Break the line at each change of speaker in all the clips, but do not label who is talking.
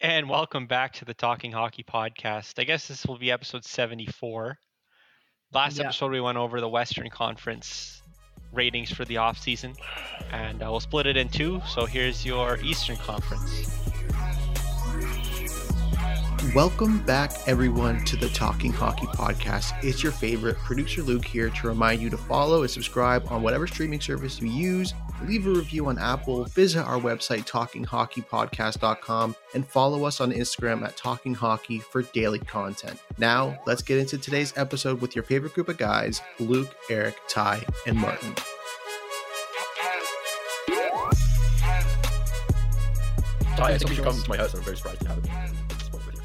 And welcome back to the Talking Hockey Podcast. I guess this will be episode 74. Last
Yeah.
episode, we went over the Western Conference ratings for the offseason, and uh, we'll split it in two. So here's your Eastern Conference.
Welcome back, everyone, to the Talking Hockey Podcast. It's your favorite producer Luke here to remind you to follow and subscribe on whatever streaming service you use. Leave a review on Apple, visit our website, talkinghockeypodcast.com, and follow us on Instagram at Talking Hockey for daily content. Now, let's get into today's episode with your favorite group of guys Luke, Eric, Ty, and Martin.
Ty, I think you should come to my house. I'm very surprised you haven't. at this point with you.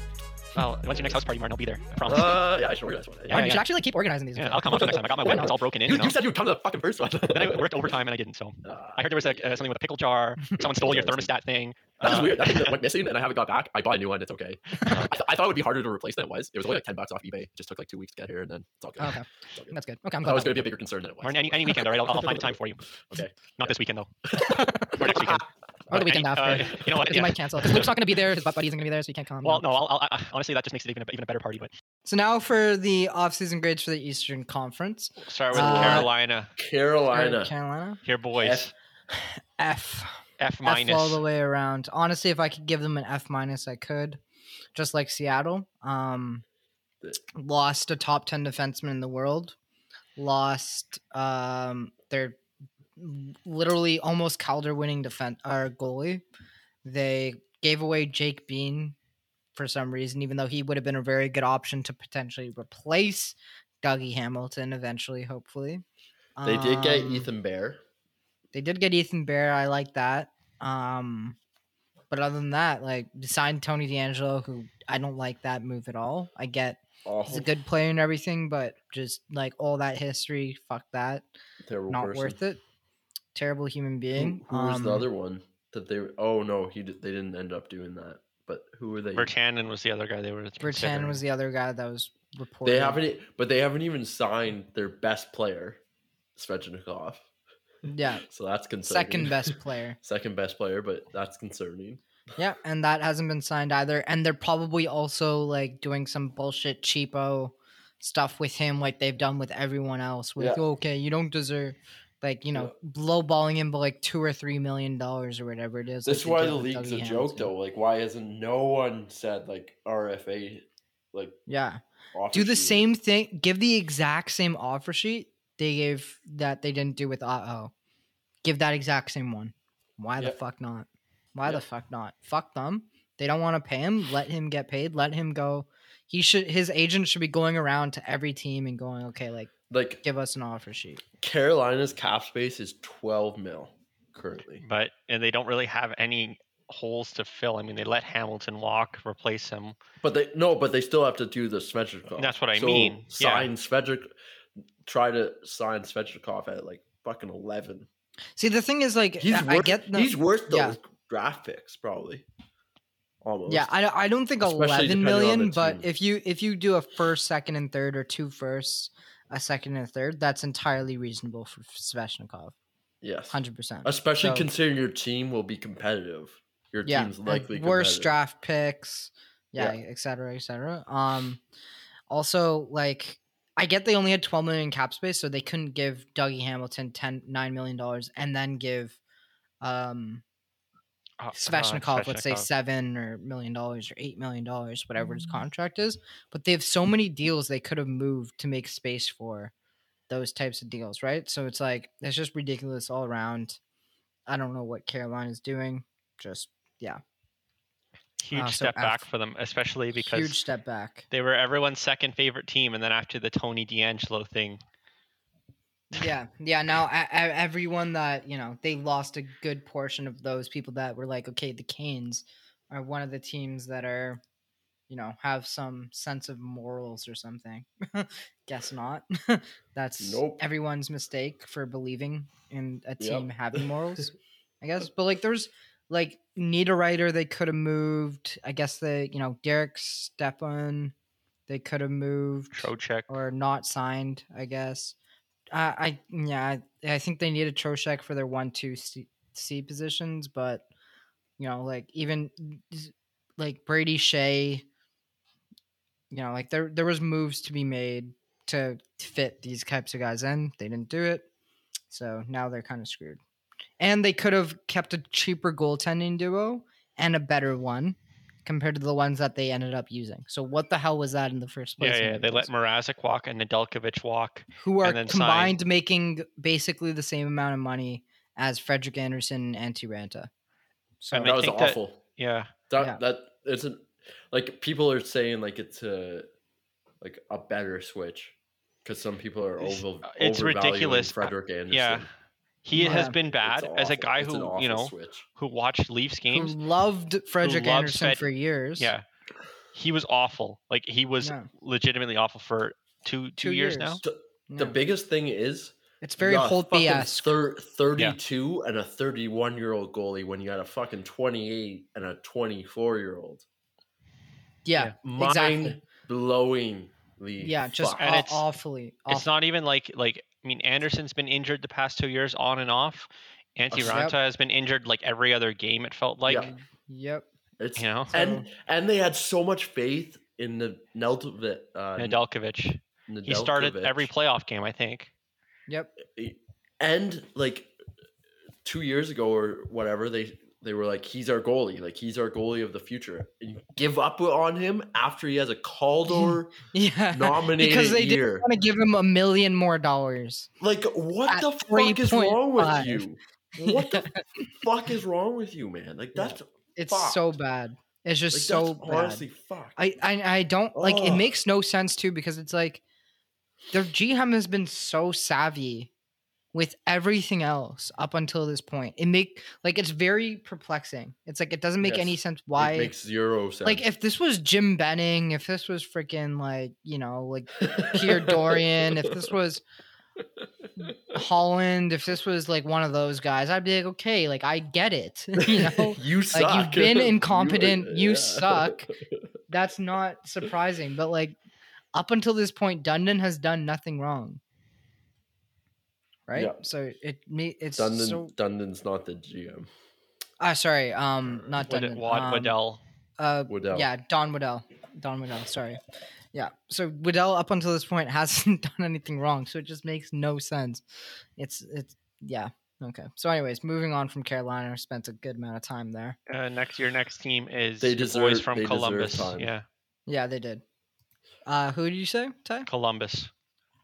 Well, when's your next house party, Martin? I'll be there. I promise.
Uh, yeah, I should organize one. Yeah,
Yeah,
Martin, you should actually like keep organizing these.
yeah, I'll come up next time. I got my wet it's all broken in.
you,
You know?
you said you'd come to the fucking first one.
Then I worked overtime and I didn't. So
Uh,
I heard there was like uh, something with a pickle jar. Someone stole your thermostat thing.
that was
Uh,
weird. That thing that went missing, and I haven't got back. I bought a new one. It's okay. I, th- I thought it would be harder to replace than it was. It was only like ten bucks off eBay. It just took like two weeks to get here, and then it's all good.
Oh, okay,
It's all good.
that's good. Okay, I'm
That
glad.
was
that-
going to be a bigger concern than it was.
Martin, any, any weekend, all right? I'll, I'll find time for you.
Okay.
Not this weekend, though. or next weekend.
Or the
Uh,
weekend
any-
after.
uh, you know what?
Because
yeah.
he might cancel. 'Cause Luke's not going to be there. His butt buddy isn't going to be there, so he can't come.
Well, no, I'll, I'll, I, honestly, that just makes it even a, even a better party. But
So now for the off-season grades for the Eastern Conference.
start with
Uh,
Carolina.
Carolina.
Carolina.
Here, boys. F,
F. F all
minus.
the way around. Honestly, if I could give them an F minus, I could. Just like Seattle, um,
The-
lost a top ten defenseman in the world. Lost um, their literally almost Calder winning defense or goalie. They gave away Jake Bean for some reason, even though he would have been a very good option to potentially replace Dougie Hamilton eventually, hopefully.
They did get
Um,
Ethan Bear.
they did get Ethan Bear. I like that. Um, but other than that, like they signed Tony D'Angelo, who I don't like that move at all. I get
Oh,
he's a good player and everything, but just like all that history, fuck that.
terrible
Not worth it. Terrible human being.
Who, who was the
Um,
other one that they? Oh no, he did, they didn't end up doing that. But who were they?
Bertanen was the other guy they were.
Bertan was the other guy that was reported.
They haven't, e- but they haven't even signed their best player, Svechnikov.
Yeah,
So that's concerning.
second best player.
Second best player, but that's concerning.
Yeah, and that hasn't been signed either. And they're probably also like doing some bullshit cheapo stuff with him, like they've done with everyone else. With
Yeah.
okay, you don't deserve like you know lowballing him by like two or three million dollars or whatever it is.
That's
like
why
they
the
did with
league's a
Dougie
joke,
Hamilton.
though. Like, why hasn't no one said like RFA? Like,
Yeah,
offer
do the
sheet?
same thing. Give the exact same offer sheet they gave that they didn't do with uh oh. Give that exact same one. Why the
Yep.
fuck not? Why the
Yep.
fuck not? Fuck them. They don't want to pay him. Let him get paid. Let him go. He should. His agent should be going around to every team and going, okay, like
Like
give us an offer sheet.
Carolina's cap space is twelve mil currently.
But and they don't really have any holes to fill. I mean, they let Hamilton walk, replace him.
But they no, but they still have to do the Svechnikov.
That's what I mean, yeah.
Sign Svechnik. Try to sign Svechnikov at like fucking eleven.
See, the thing is, like,
He's
I,
worth,
I get the,
he's worth those
yeah.
draft picks probably. Almost.
Yeah, I, don't- I don't think
Especially
eleven
depending on
million,
the
but
team.
if you if you do a first, second, and third, or two firsts, a second and a third, that's entirely reasonable for Sveshnikov.
yes.
Hundred percent.
Especially
So-
considering your team will be competitive. Your
Yeah,
team's
and
likely
worst
competitive.
draft picks. Yeah,
Yeah.
et cetera, et cetera. Um, also like. I get they only had 12 million in cap space, so they couldn't give Dougie Hamilton 10 $9 million dollars and then give um
Uh,
Oh,
uh,
Sveshnikov, let's say
Svechnikov.
seven or million dollars or eight million dollars, whatever his contract is. But they have so many deals they could have moved to make space for those types of deals, right? So it's like it's just ridiculous all around. I don't know what Carolina's doing. Just
Huge
Ah, so
step back
F.
for them, especially because
huge step back.
they were everyone's second favorite team. And then after the Tony D'Angelo thing,
yeah, yeah. Now a- a- everyone that you know they lost a good portion of those people that were like, okay, the Canes are one of the teams that are, you know, have some sense of morals or something. Guess not. That's
Nope.
everyone's mistake for believing in a
Yep.
team having morals. I guess, but like there's like Niederreiter they could have moved. I guess they, you know, Derek Stepan they could have moved
Trocheck,
or not signed, I guess. I, I yeah, I, I think they needed Trocheck for their one two C, C positions, but you know, like even like Brady Shea. You know, like there there was moves to be made to fit these types of guys in. They didn't do it, so now they're kind of screwed. And they could have kept a cheaper goaltending duo and a better one compared to the ones that they ended up using. So what the hell was that in the first place?
Yeah,
in
yeah.
those
They let
deals?
Mrazek walk and Nedeljkovic walk.
who are
and then sign-
combined making basically the same amount of money as Frederick Anderson and Tiranta. So
And
that
I
was
think that-
awful.
Yeah,
That
Yeah.
that isn't like people are saying like it's a like a better switch because some people are
It's- uh,
over
it's
overvaluing
ridiculous. uh,
Frederick Anderson.
yeah. He
Yeah.
has been
It's
bad as a
awful.
guy
It's an
who
awful
you know
switch.
who watched Leafs
who
games.
loved Frederick
loves
Anderson
Fred-
for years.
Yeah, he was awful. Like he was
Yeah.
legitimately awful for two two
Two
years,
years.
now.
The
Yeah.
biggest thing is
it's
you
very
got a fucking
Holtby esque.
thir- 32 and a 31 year old goalie when you got a fucking 28 and a 24 year old.
Yeah,
Mind
exactly.
blowingly.
Yeah, just
fucked.
And
aw-
it's-
awfully.
It's not even like like I mean Anderson's been injured the past two years on and off. Antti
Yep.
Ranta has been injured like every other game. It felt like
Yeah.
Yep.
It's-
you know
and and they had so much faith in the Nedeljkovic. Uh,
Nedeljkovic. He started every
Nedeljkovic.
playoff game, I think.
Yep.
and like two years ago or whatever they they were like he's our goalie like he's our goalie of the future and you give up on him after he has a Calder
Yeah.
nominated
because they didn't
year
want to give him a million more dollars.
like what
at
the fuck is wrong with
3.5.
you what the fuck is wrong with you man like
Yeah.
that's
It's
Fucked.
so bad. It's just
like,
so
that's
bad.
honestly fucked
I, I I don't like it
Ugh.
makes no sense too because it's like their GM has been so savvy with everything else up until this point. It make like it's very perplexing. It's like it doesn't make any
Yes.
sense
it
why
makes zero sense
like if this was Jim Benning, if this was freaking like, you know, like Pierre Dorian, if this was Holland, if this was like one of those guys, I'd be like, okay, like I get it. you know?
you suck
like you've been
You-
incompetent, you
yeah.
suck. That's not surprising, but like up until this point, Dundon has done nothing wrong. Right?
Yeah.
So it me it's
Dundon,
so
Dundon's not the GM
ah sorry, um not
Wad-
Dundon.
uh, Wad-
um,
Waddell.
uh,
Waddell
Yeah, Don Waddell. Don Waddell, sorry. Yeah. So Waddell up until this point hasn't done anything wrong, so it just makes no sense. It's it's yeah. Okay. So anyways, moving on from Carolina, I spent a good amount of time there.
Uh, next your next team is
They
your boys
deserve-
from
they deserve
Columbus.
time.
Yeah,
Yeah, they did. Uh who did you say, Ty?
Columbus.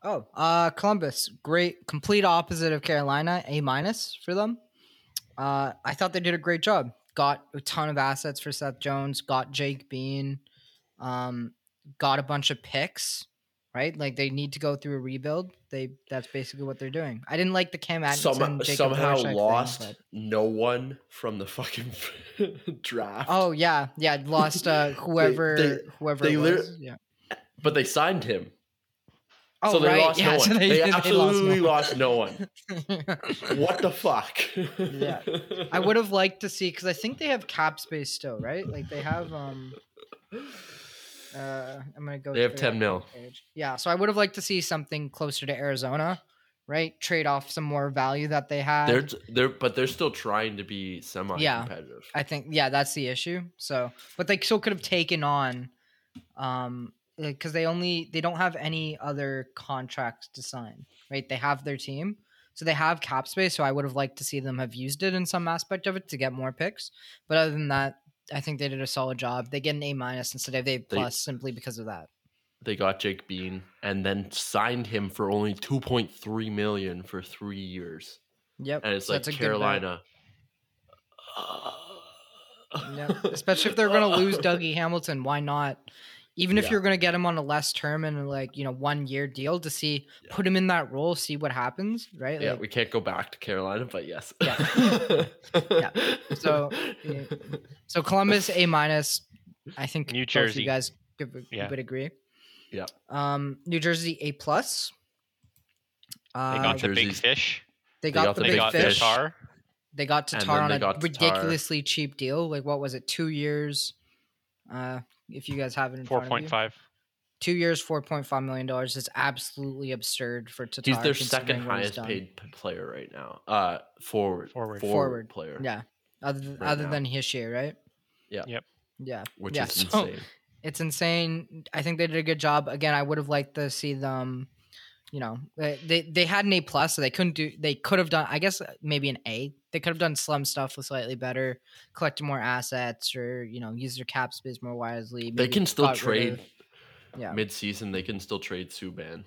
Oh, uh Columbus. Great complete opposite of Carolina, A minus for them. Uh I thought they did a great job. Got a ton of assets for Seth Jones, got Jake Bean, um, got a bunch of picks, right? Like they need to go through a rebuild. They that's basically what they're doing. I didn't like the Cam Atkinson
Some,
Jacob
somehow
Voracek thing,
lost
but-
no one from the fucking draft.
Oh yeah, yeah, lost uh whoever whoever
they
it
lit-
was. yeah.
but they signed him,
Oh
so they
right,
lost
yeah,
no one.
so they,
they,
they lost
absolutely
no
lost no one.
one.
What the fuck?
Yeah. I would have liked to see because I think they have cap space still, right? Like they have. um uh I'm gonna go.
They have
through
10 mil.
the page. Yeah, so I would have liked to see something closer to Arizona, right? Trade off some more value that they had.
They're they're but they're still trying to be semi-competitive.
I think yeah, that's the issue. So, but they still could have taken on, um, because they only they don't have any other contracts to sign, right? They have their team, so they have cap space. So I would have liked to see them have used it in some aspect of it to get more picks. But other than that, I think they did a solid job. They get an A minus instead of A plus simply because of that.
They got Jake Bean and then signed him for only two point three million for three years,
Yep,
and it's
so
like
that's a good bet.
Carolina.
Yep.
uh,
Especially if they're going to lose Dougie Hamilton, why not? Even if
Yeah.
you're going to get him on a less term and like you know one year deal to see,
Yeah.
put him in that role, see what happens, right?
Yeah,
Like,
we can't go back to Carolina, but yes.
So, yeah. so Columbus A minus. I think
New
both of
Jersey.
you guys could, would-
Yeah.
would agree.
Yeah.
Um, New Jersey A plus. Uh,
They got
the-
the big
Jersey's-
fish.
they got the
They
big
got
fish.
Tatar.
They got
And
Tatar
then
on
they
a
got Tatar.
ridiculously cheap deal. Like what was it? Two years. Uh, if you guys have it in
Four
front of
point
you.
five.
two years, four point five million dollars is absolutely absurd for Tatar.
He's their
considering
second
what he's
highest
done.
paid p- player right now. Uh, forward,
Forward.
Forward.
player.
Yeah, other than,
right
other
now.
than Hishier, right?
Yeah.
Yep.
Yeah.
which
Yeah,
is
so-
insane.
it's insane. I think they did a good job. Again, I would have liked to see them. You know, they they- they had an A plus, so they couldn't do. They could have done, I guess, uh, maybe an A. They could have done slum stuff with slightly better, collected more assets, or you know, use their cap space more wisely.
They
maybe
can still
got rid
trade
of- yeah.
mid-season. They can still trade Subban.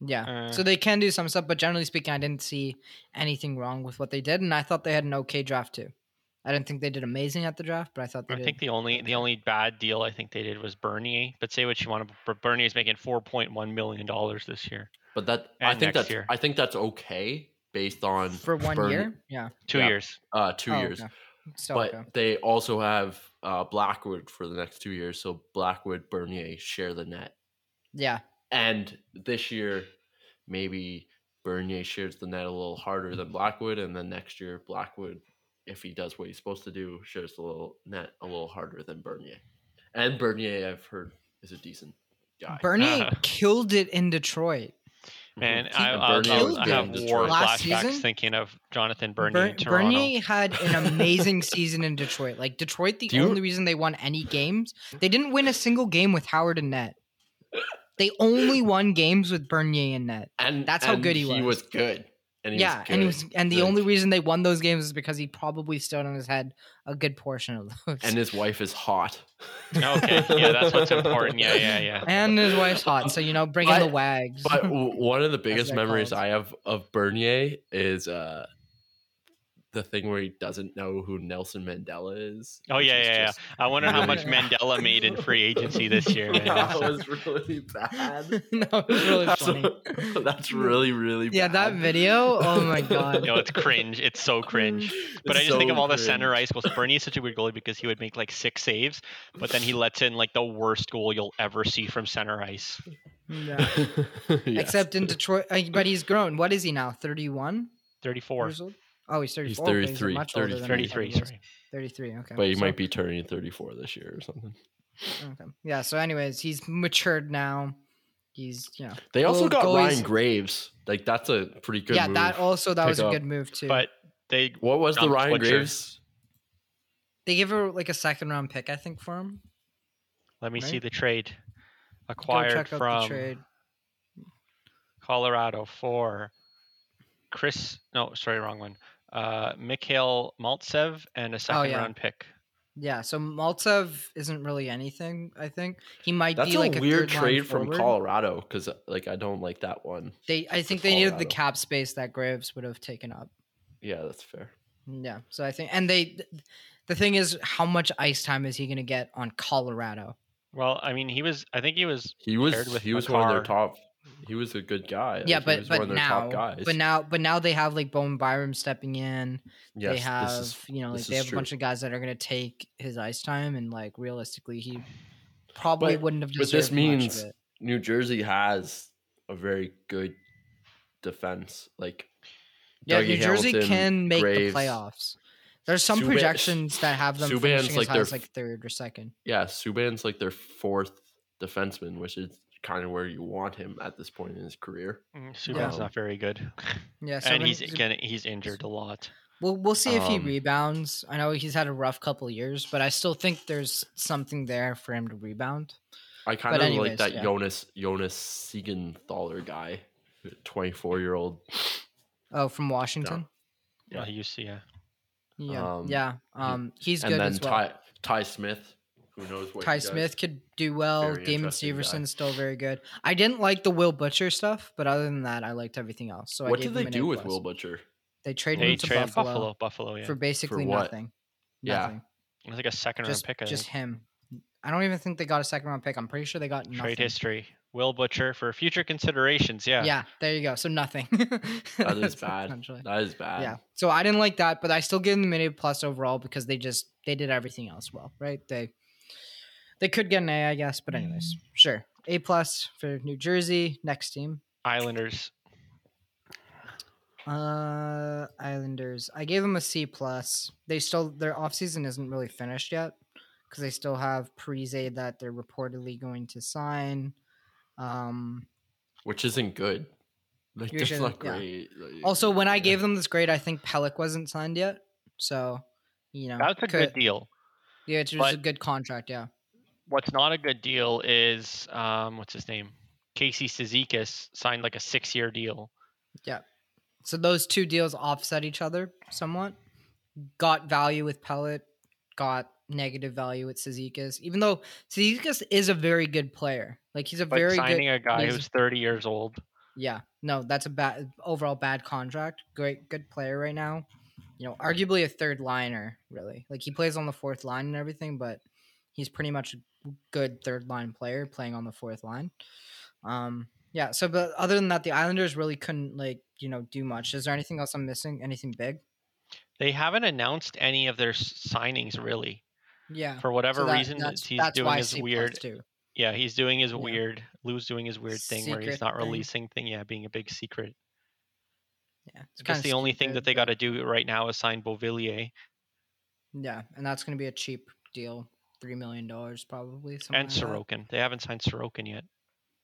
yeah.
Uh,
so they can do some stuff, but generally speaking, I didn't see anything wrong with what they did, and I thought they had an okay draft too. I didn't think they did amazing at the draft, but I thought they
I
did.
think the only the only bad deal I think they did was Bernier. But say what you want, but Bernier's making four point one million dollars this year,
But that I
And
think
next
that's
year.
I think that's okay based on
for one
Bern-
year, yeah,
two
Yeah.
years.
uh, two
Oh,
years.
okay. so
But
okay.
they also have uh, Blackwood for the next two years. So Blackwood, Bernier share the net,
yeah,
and this year maybe Bernier shares the net a little harder than Blackwood, and then next year Blackwood, if he does what he's supposed to do, shares the little net a little harder than Bernier. And Bernier, I've heard, is a decent guy.
Bernie
Uh.
killed it in Detroit.
Man,
He
I, I,
Mm-hmm. Bernier
I,
was
I have
big
in
war
Detroit.
Last
flashbacks
season?
thinking of Jonathan Bernier
Ber-
in Toronto.
Bernie had an amazing season in Detroit. Like Detroit, the
Do you-
only reason they won any games, they didn't win a single game with Howard and net. They only won games with Bernier and net.
And
That's how
and
good he
He
was.
was good. And he
yeah,
was good.
and he was, and the
Like-
only reason they won those games is because he probably stood on his head a good portion of those.
and his wife is hot.
okay, yeah, that's what's important. Yeah, yeah, yeah.
And his wife's hot, so you know, bring in the
But-
wags.
But w- one of the biggest
what I
memories
called.
I have of Bernier is uh the thing where he doesn't know who Nelson Mandela is.
Oh
which
yeah,
is
yeah, yeah.
just-
I wonder how much
Yeah.
Mandela made in free agency this year. Man.
that
That's-
was really bad.
no, it was really
that's,
funny.
that's really, really
Yeah, that
bad.
video, oh my God.
Yo, it's cringe. It's so cringe. But
It's
I just think
so
of all the
cringe.
center ice goals. Bernie is such a weird goalie because he would make like six saves, but then he lets in like the worst goal you'll ever see from center ice.
Yeah.
Yes.
Except in Detroit, uh, but he's grown. What is he now? Thirty-one
34.
years old. Oh, he's thirty-four.
He's
but a
33,
much older than I
33,
thought he was.
sorry.
Thirty-three. Okay.
But he
so-
might be turning 34 this year or something.
Okay. Yeah. So, anyways, he's matured now. He's you know.
They also
Well,
got
goalies-
Ryan Graves. Like that's a pretty good.
yeah.
move.
That also that
Pick
was a
up.
good move too.
But they
What was the
John
Ryan
Fletcher.
Graves?
they gave her like a second round pick, I think, for him.
let me see
Right?
the trade
Go
acquired
check out the
from
trade.
Colorado for Chris. No, sorry, wrong one. Uh, Mikhail Maltsev and a second
Oh, yeah.
round pick.
Yeah. So Maltsev isn't really anything. I think he might
That's
be
a
like
weird
third line
trade from
forward.
Colorado because like I don't like that one.
They, I think
to
they needed the
Colorado.
cap space that Graves would have taken up. Mm,
Yeah, that's fair.
Yeah. So I think, and they, th- the thing is, how much ice time is he going to get on Colorado?
Well, I mean, he was. I think he was.
He was
Paired with
he was one of their
Makar.
top. He was a good guy.
yeah,
like, he
but but
was
now, but now, but now they have like Bone Byram stepping in.
Yes,
they have
this is
you know like
this
they
is
have a bunch
true.
of guys that are going to take his ice time, and like realistically, he probably
But-
wouldn't have.
but this
Deserved much
means-
of it.
New Jersey has a very good defense. Like
yeah,
Dougie
New Jersey
Hamilton,
can make
Graves.
the playoffs. There's some
Subban-
projections that have them
Subban's
finishing
like
as high
their
as
f-
like third or second.
yeah, Subban's like their fourth defenseman, which is kind of where you want him at this point in his career.
mm, Subban's
Yeah.
not very good,
Yeah, so
and
when-
he's again he's injured a lot.
We'll we'll see if he
Um,
rebounds. I know he's had a rough couple of years, but I still think there's something there for him to rebound.
I kind of like
anyways,
that
yeah.
Jonas Jonas Siegenthaler guy, twenty four year old.
Oh, from Washington.
Yeah.
Yeah.
he used to. Yeah.
Yeah,
Um,
yeah. Um, he's
and
good
then
as well. Ty,
Ty Ty Smith, who knows what he does.
Smith could do well.
Very
Damon
interesting guy.
Severson's still very good. I didn't like the Will Butcher stuff, but other than that, I liked everything else. So I
what
gave
did they
him an
do
A
with
plus.
Will Butcher?
They traded
They
him to
traded
Buffalo,
Buffalo. Buffalo. Yeah.
for basically
what?
nothing.
Yeah.
Nothing.
It was like a second
just
round pick. I
just
think.
him. I don't even think they got a second round pick. I'm pretty sure they got nothing.
Trade history. Will Butcher for future considerations. Yeah.
Yeah. there you go. So nothing.
That is bad.
essentially.
That is bad.
Yeah. So I didn't like that, but I still give them an A plus overall because they just they did everything else well, right? They they could get an A, I guess, but
Mm.
anyways, sure. A plus for New Jersey. Next team.
Islanders.
Uh Islanders. I gave them a C plus. They still their offseason isn't really finished yet. Because they still have Parise that they're reportedly going to sign. Um
Which isn't good. Like
You
that's
should-
not
yeah.
great. like,
also when I
yeah.
gave them this grade, I think Pellick wasn't signed yet. So you know
That's a
could-
good deal.
Yeah, it's just
But-
a good contract. Yeah.
What's not a good deal is um, what's his name? Casey Sezikis signed like a six-year deal.
So those two deals offset each other somewhat. Got value with Pellet, got negative value with Sizikis, even though Sizikis is a very good player. Like he's a
But
very good
signing a guy
he's-
who's 30 years old,
Yeah, no, that's a bad overall bad contract. Great, good player right now. You know, arguably a third liner, really. Like he plays on the fourth line and everything, but he's pretty much a good third line player playing on the fourth line. Um, yeah. So, but other than that, the Islanders really couldn't like you know do much. Is there anything else I'm missing? Anything big?
they haven't announced any of their s- signings really.
Yeah.
For whatever
so that-
reason,
that's-
he's
that's
doing
why
his
C plus
weird.
too.
Yeah, he's doing his
Yeah.
weird. Lou's doing his weird thing where he's
Secret
not
thing.
releasing thing. Yeah, being a big secret.
Yeah, it's
I guess
kinda
the only thing that
stupid,
they
but- Oh
got to do right now is sign Beauvillier
Yeah, and that's going to be a cheap deal, three million dollars probably. something
and
like that.
Sorokin. They haven't signed Sorokin yet.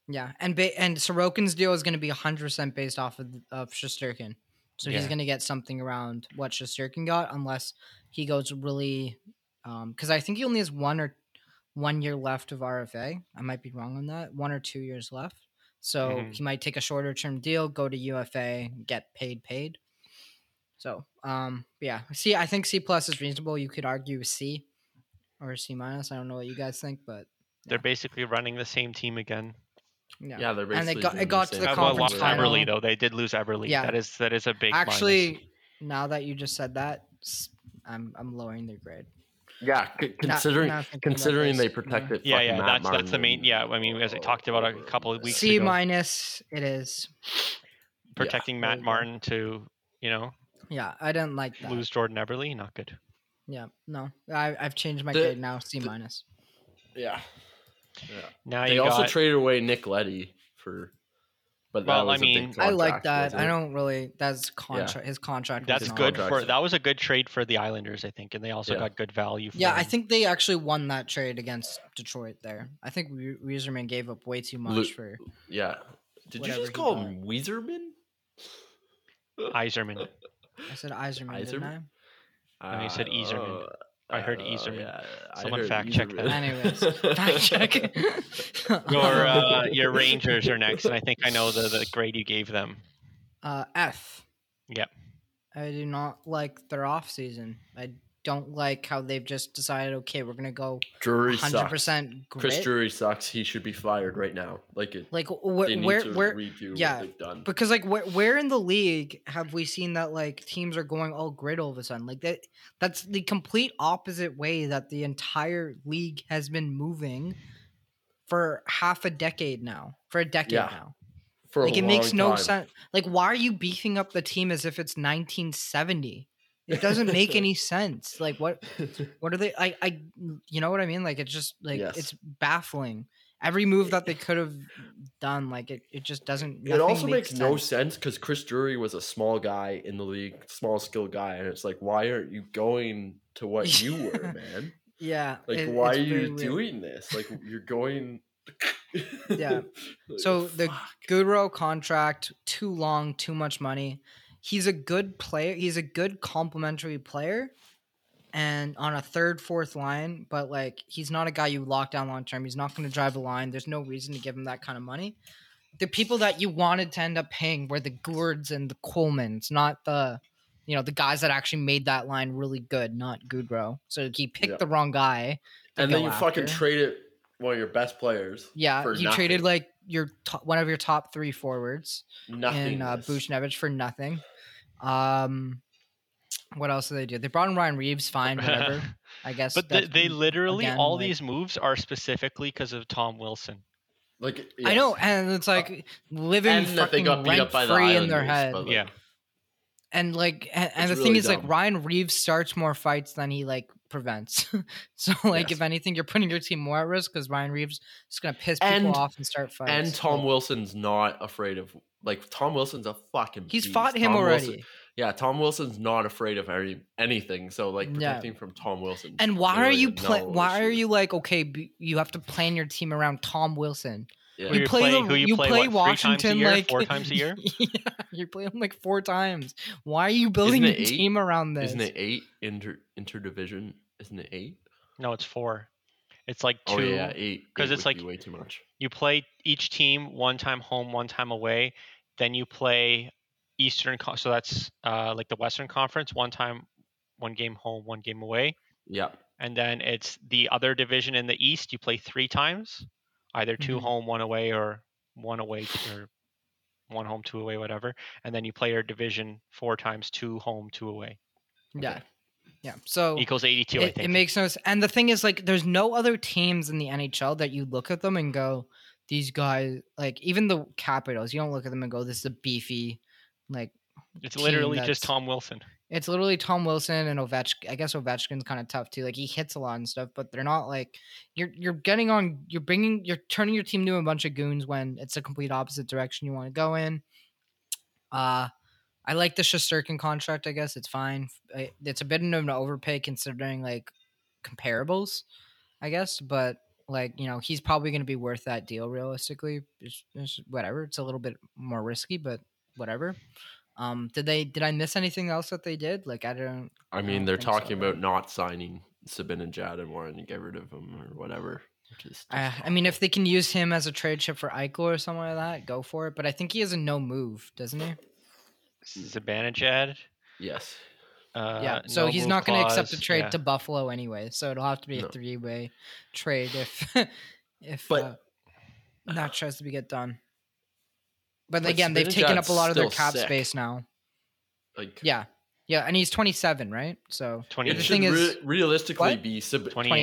Yeah, and ba- and Sorokin's deal is going to be 100% based off of, of Shosturkin. So he's
Yeah.
going to get something around what Shosturkin got unless he goes really um cuz I think he only has one or one year left of RFA. I might be wrong on that. One or two years left. So
Mhm.
he might take a shorter term deal, go to UFA, get paid paid. So, um yeah, C I think C plus is reasonable. You could argue C or C minus. I don't know what you guys think, but
They're
Yeah.
basically running the same team again.
yeah.
Yeah, they're
And
basically
they got- it
doing
got to
same
the
thing.
Uh, well,
conference
lost
final.
Eberle though. They did lose Eberle.
Yeah.
That is that is a big minus.
Actually, now that you just said that, s- I'm I'm lowering their grade.
Yeah, c-
Now-
considering
now thinking about
considering they
this,
protected.
Yeah,
fucking
yeah,
Matt
that's- that's the
Martin
main-
and-
yeah, I mean, as I talked about a couple of
yeah.
weeks
C
ago.
minus it is.
protecting Matt
there you go.
Martin to you know
Yeah, I didn't like that.
lose Jordan Eberle. Not good.
Yeah, no, I, I've changed my
The-
grade now. C
the-
minus.
Yeah. yeah.
Now
They
you
also
got
traded away Nick Letty for. But that
Well, I
was a big
mean-
I like
contract,
that.
wasn't
I
it?
don't really. That's contract. His contract. was
that's
not-
good for
contract.
that was a good trade for the Islanders, I think, and they also
Yeah.
got good value. For
Yeah, I
him.
think they actually won that trade against Detroit. There, I think Re- Reeserman gave up way too much
Lu-
for.
Yeah. Did you
Whatever
just
he
call
got.
him Weezerman?
Iserman.
I said Iserman, didn't I?
Iserman?
No, you said Iserman.
Uh,
I heard
uh,
Iserman.
I
Someone
heard
fact check
Iserman.
that.
Anyways, fact check.
Your uh, your Rangers are next, and I think I know the, the grade you gave them.
Uh, F.
Yep.
I do not like their off season. I don't like how they've just decided. Okay, we're gonna go
Drury
hundred
sucks.
percent grit.
Chris Drury sucks. He should be fired right now. Like it.
like
they
where
need
where
to
where
redo
yeah,
what they've done.
because like where where in the league have we seen that like teams are going all grit all of a sudden? Like that that's the complete opposite way that the entire league has been moving for half a decade now. For a decade
Yeah.
now.
For
like
a
it makes
long
no
time.
sense. Like why are you beefing up the team as if it's 1970? It doesn't make any sense. Like what what are they I I you know what I mean? Like it's just like
Yes.
it's baffling. Every move that they could have done like it it just doesn't
It
nothing
also makes, no sense because Chris Drury was a small guy in the league, small skill guy, and it's like, why aren't you going to what you were, man?
Yeah.
Like,
it-
why are
it's very
you
weird.
doing this? Like, you're going.
Yeah.
Like,
So the
fuck.
Goodrow contract too long, too much money. He's a good player. He's a good complementary player, and on a third, fourth line. But like, he's not a guy you lock down long term. He's not going to drive a line. There's no reason to give him that kind of money. The people that you wanted to end up paying were the Gourds and the Colemans, not the, you know, the guys that actually made that line really good, not Goodrow. So he picked
Yeah.
the wrong guy. to
and then
go
you fucking
after.
trade it one of your best players.
Yeah,
for
you traded
nothing.
like your top, one of your top three forwards
Nothing.
in uh, Bushnevich for nothing. Um, what else did they do? They brought in Ryan Reeves, fine, whatever. I guess.
but they,
that's-
they literally
again,
all
like-
these moves are specifically because of Tom Wilson.
Like
I
yes. Uh,
know, and it's like living
and that
fucking
they got beat up
rent
by the
free in their
Islanders,
head,
but, like,
Yeah.
and like, and, and the
It's
thing
really
is, like,
dumb.
Ryan Reeves starts more fights than he like prevents. so, like,
Yes.
if anything, you're putting your team more at risk because Ryan Reeves is gonna piss people
And-
off and start fights.
And Tom
Like,
Wilson's not afraid of like Tom Wilson's a fucking.
he's
beast.
fought him
Tom
already.
Wilson- yeah, Tom Wilson's not afraid of any anything. So like
Yeah.
protecting from Tom Wilson.
And why are
really
you
no
pla- Why are
issue.
you like okay? B- you have to plan your team around Tom Wilson.
Yeah.
Who
You
you're
play
playing-
the-
who you
you
play,
play
what, three times a
Washington
year,
like
four times a year?
yeah, you play them like four times. Why are you building
it
your
eight?
team around this?
Isn't it eight inter interdivision? Isn't it eight?
No, it's four. It's like two.
Oh yeah, eight.
'cause
eight
it's
would
like-
be way too much.
You play each team one time home, one time away. Then you play Eastern. Con- so that's uh, like the Western Conference. One time, one game home, one game away.
Yeah.
And then it's the other division in the East. You play three times, either 2
Mhm.
home, one away, or one away t- or one home, two away, whatever. And then you play your division four times, two home, two away.
Yeah. Yeah. So
Equals 82, I
Oh, it,
think.
it makes no sense. And the thing is, like, there's no other teams in the NHL that you look at them and go, these guys, like, even the Capitals, you don't look at them and go, this is a beefy, like,
it's
team
literally just
that's-
Tom Wilson.
it's literally Tom Wilson and Ovechkin. I guess Ovechkin's kind of tough too. Like he hits a lot and stuff, but they're not like you're you're getting on. You're bringing you're turning your team to a bunch of goons when it's a complete opposite direction you want to go in. Uh I like the Shosturkin contract. I guess it's fine. I- It's a bit of an overpay considering like comparables, I guess. But like you know, he's probably going to be worth that deal realistically. It's, it's whatever. It's a little bit more risky, but whatever. Um, did they did I miss anything else that they did? Like I don't
I
don't
mean, they're
think so,
talking
though.
about not signing Sabin and Jad and wanting to get rid of him or whatever. Which is just
Uh, I mean, if they can use him as a trade chip for Eichel or something like that, go for it. But I think he has a no move, doesn't he?
Zibanejad.
yes,
Uh,
Mm. yeah. So
no
he's
move
not going to accept a
clause,
trade
yeah.
to Buffalo anyway. So it'll have to be
No.
a three way trade if if
But-
uh, that tries to be get done. But,
But
again, they've taken up a lot of their
Zibanejad's
cap
still
space now.
like
Yeah. Yeah, and he's 27, right? So
It
28.
the
should
thing is-
re- realistically
What?
be Sab-
28.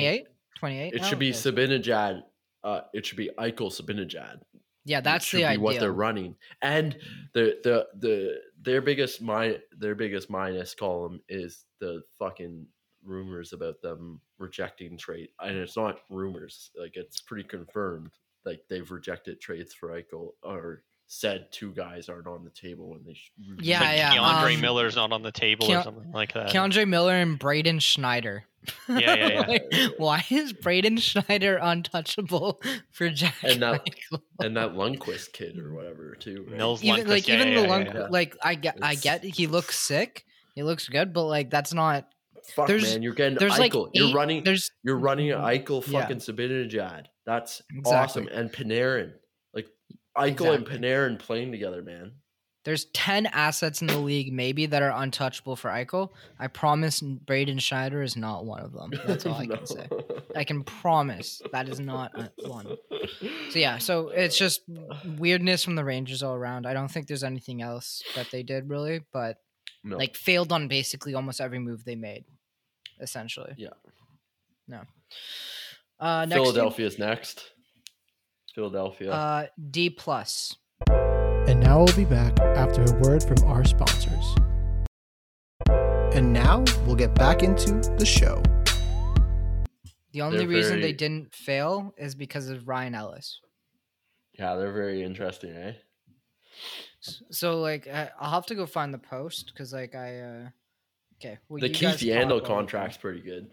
28, 28.
It
now?
should
Oh,
be
Okay.
Sabinajad. Uh, it should be Eichel Sabinajad.
Yeah, that's
should
the
be
idea.
what they're running. And the the the their biggest mi- their biggest minus column is the fucking rumors about them rejecting trade. And it's not rumors, like it's pretty confirmed. Like they've rejected trades for Eichel or said two guys aren't on the table when they sh-
Yeah,
like
yeah,
DeAndre
um,
Miller's not on the table
Keon-
or something like that.
Keandre Miller and Braden Schneider.
Um, Yeah, yeah, yeah.
Like, why is Braden Schneider untouchable for Jack
And that-
Eichel?
and that Lundqvist kid or whatever too. right?
Nils
even like
Lundqvist, yeah,
even
yeah,
the
yeah,
lung,
yeah.
like I get I
It's-
get he looks sick, he looks good, but like that's not
Fuck
there's-
man, you're getting
there's like
Eichel. you're
eight-
running
There's
You're running an Eichel
Yeah.
fucking Sabinajad. That's awesome.
Exactly.
And Panarin. Like Eichel and Panarin playing together, man.
there's ten assets in the league maybe that are untouchable for Eichel. I promise Braden Schneider is not one of them. That's all I
No.
can say. I can promise that is not uh, one. So yeah, so it's just weirdness from the Rangers all around. I don't think there's anything else that they did really, but
No.
like failed on basically almost every move they made, essentially.
Yeah.
No. Uh, next team,
Philadelphia's next. Philadelphia.
uh, D plus.
And now we'll be back after a word from our sponsors. And now we'll get back into the show.
The only
They're
reason
very-
they didn't fail is because of Ryan Ellis.
yeah, they're very interesting, eh?
S- So like, I- I'll have to go find the post because like I. Uh, okay. Well,
the
you
Keith
guys talk while
Yandel
I-
contract's pretty good.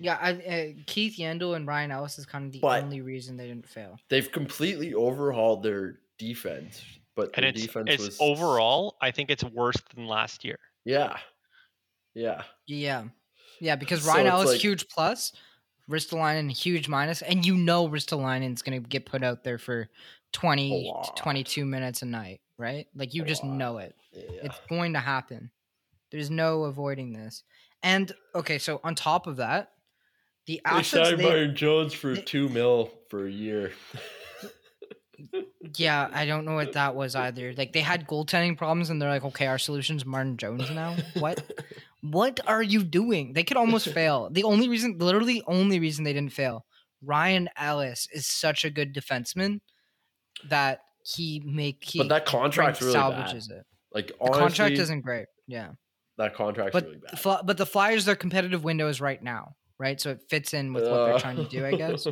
Yeah, I, uh, Keith Yandel and Ryan Ellis is kind of the
But-
only reason they didn't fail.
They've completely overhauled their defense, but
and
their
it's,
defense
it's
was
overall, I think it's worse than last year.
Yeah. Yeah.
Yeah. Yeah, because
So
Ryan
it's
Ellis
like-
huge plus, Ristolainen huge minus, and you know Ristolainen's going to get put out there for 20
lot.
to 22 minutes a night, right? Like you
A
just
lot.
know it.
Yeah.
It's going to happen. There's no avoiding this. And okay, so on top of that, the
they
assets
signed
they-
Byron Jones for
they-
two mil for a year.
yeah, I don't know what that was either. Like they had goaltending problems, and they're like, okay, our solution's Martin Jones now. What? what are you doing? They could almost fail. The only reason, literally, only reason they didn't fail. Ryan Ellis is such a good defenseman that he make he
but that
Brink
contract's really bad.
salvages it.
Like
The
honestly,
contract isn't great. Yeah,
that contract's
but
really
the
bad.
Fly- but the Flyers their competitive window is right now, right? So it fits in with what they're trying to do, I guess.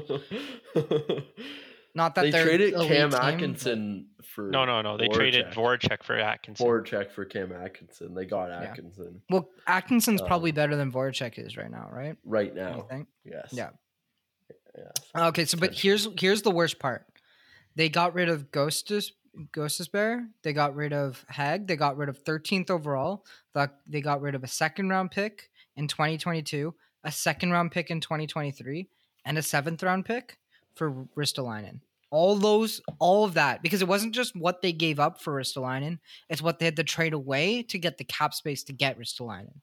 Not that
Uh, they
they're
traded
elite
Cam
team, but-
Atkinson for
No, no, no. They traded Voracek for Atkinson.
Board check for Cam Atkinson. They got
Yeah.
Atkinson
Well, Atkinson's probably
Um,
better than Voracek is right now, right?
right
I
now.
think.
Yes.
Yeah. Um,
Yes.
Okay, so but here's here's the worst part. They got rid of Ghostus Ghostus Bear. They got rid of Hag. They got rid of 13th overall. Th- They got rid of a second round pick in 2022, a second round pick in 2023, and a seventh round pick for Ristolainen. All those, all of that, because it wasn't just what they gave up for Ristolainen; it's what they had to trade away to get the cap space to get Ristolainen.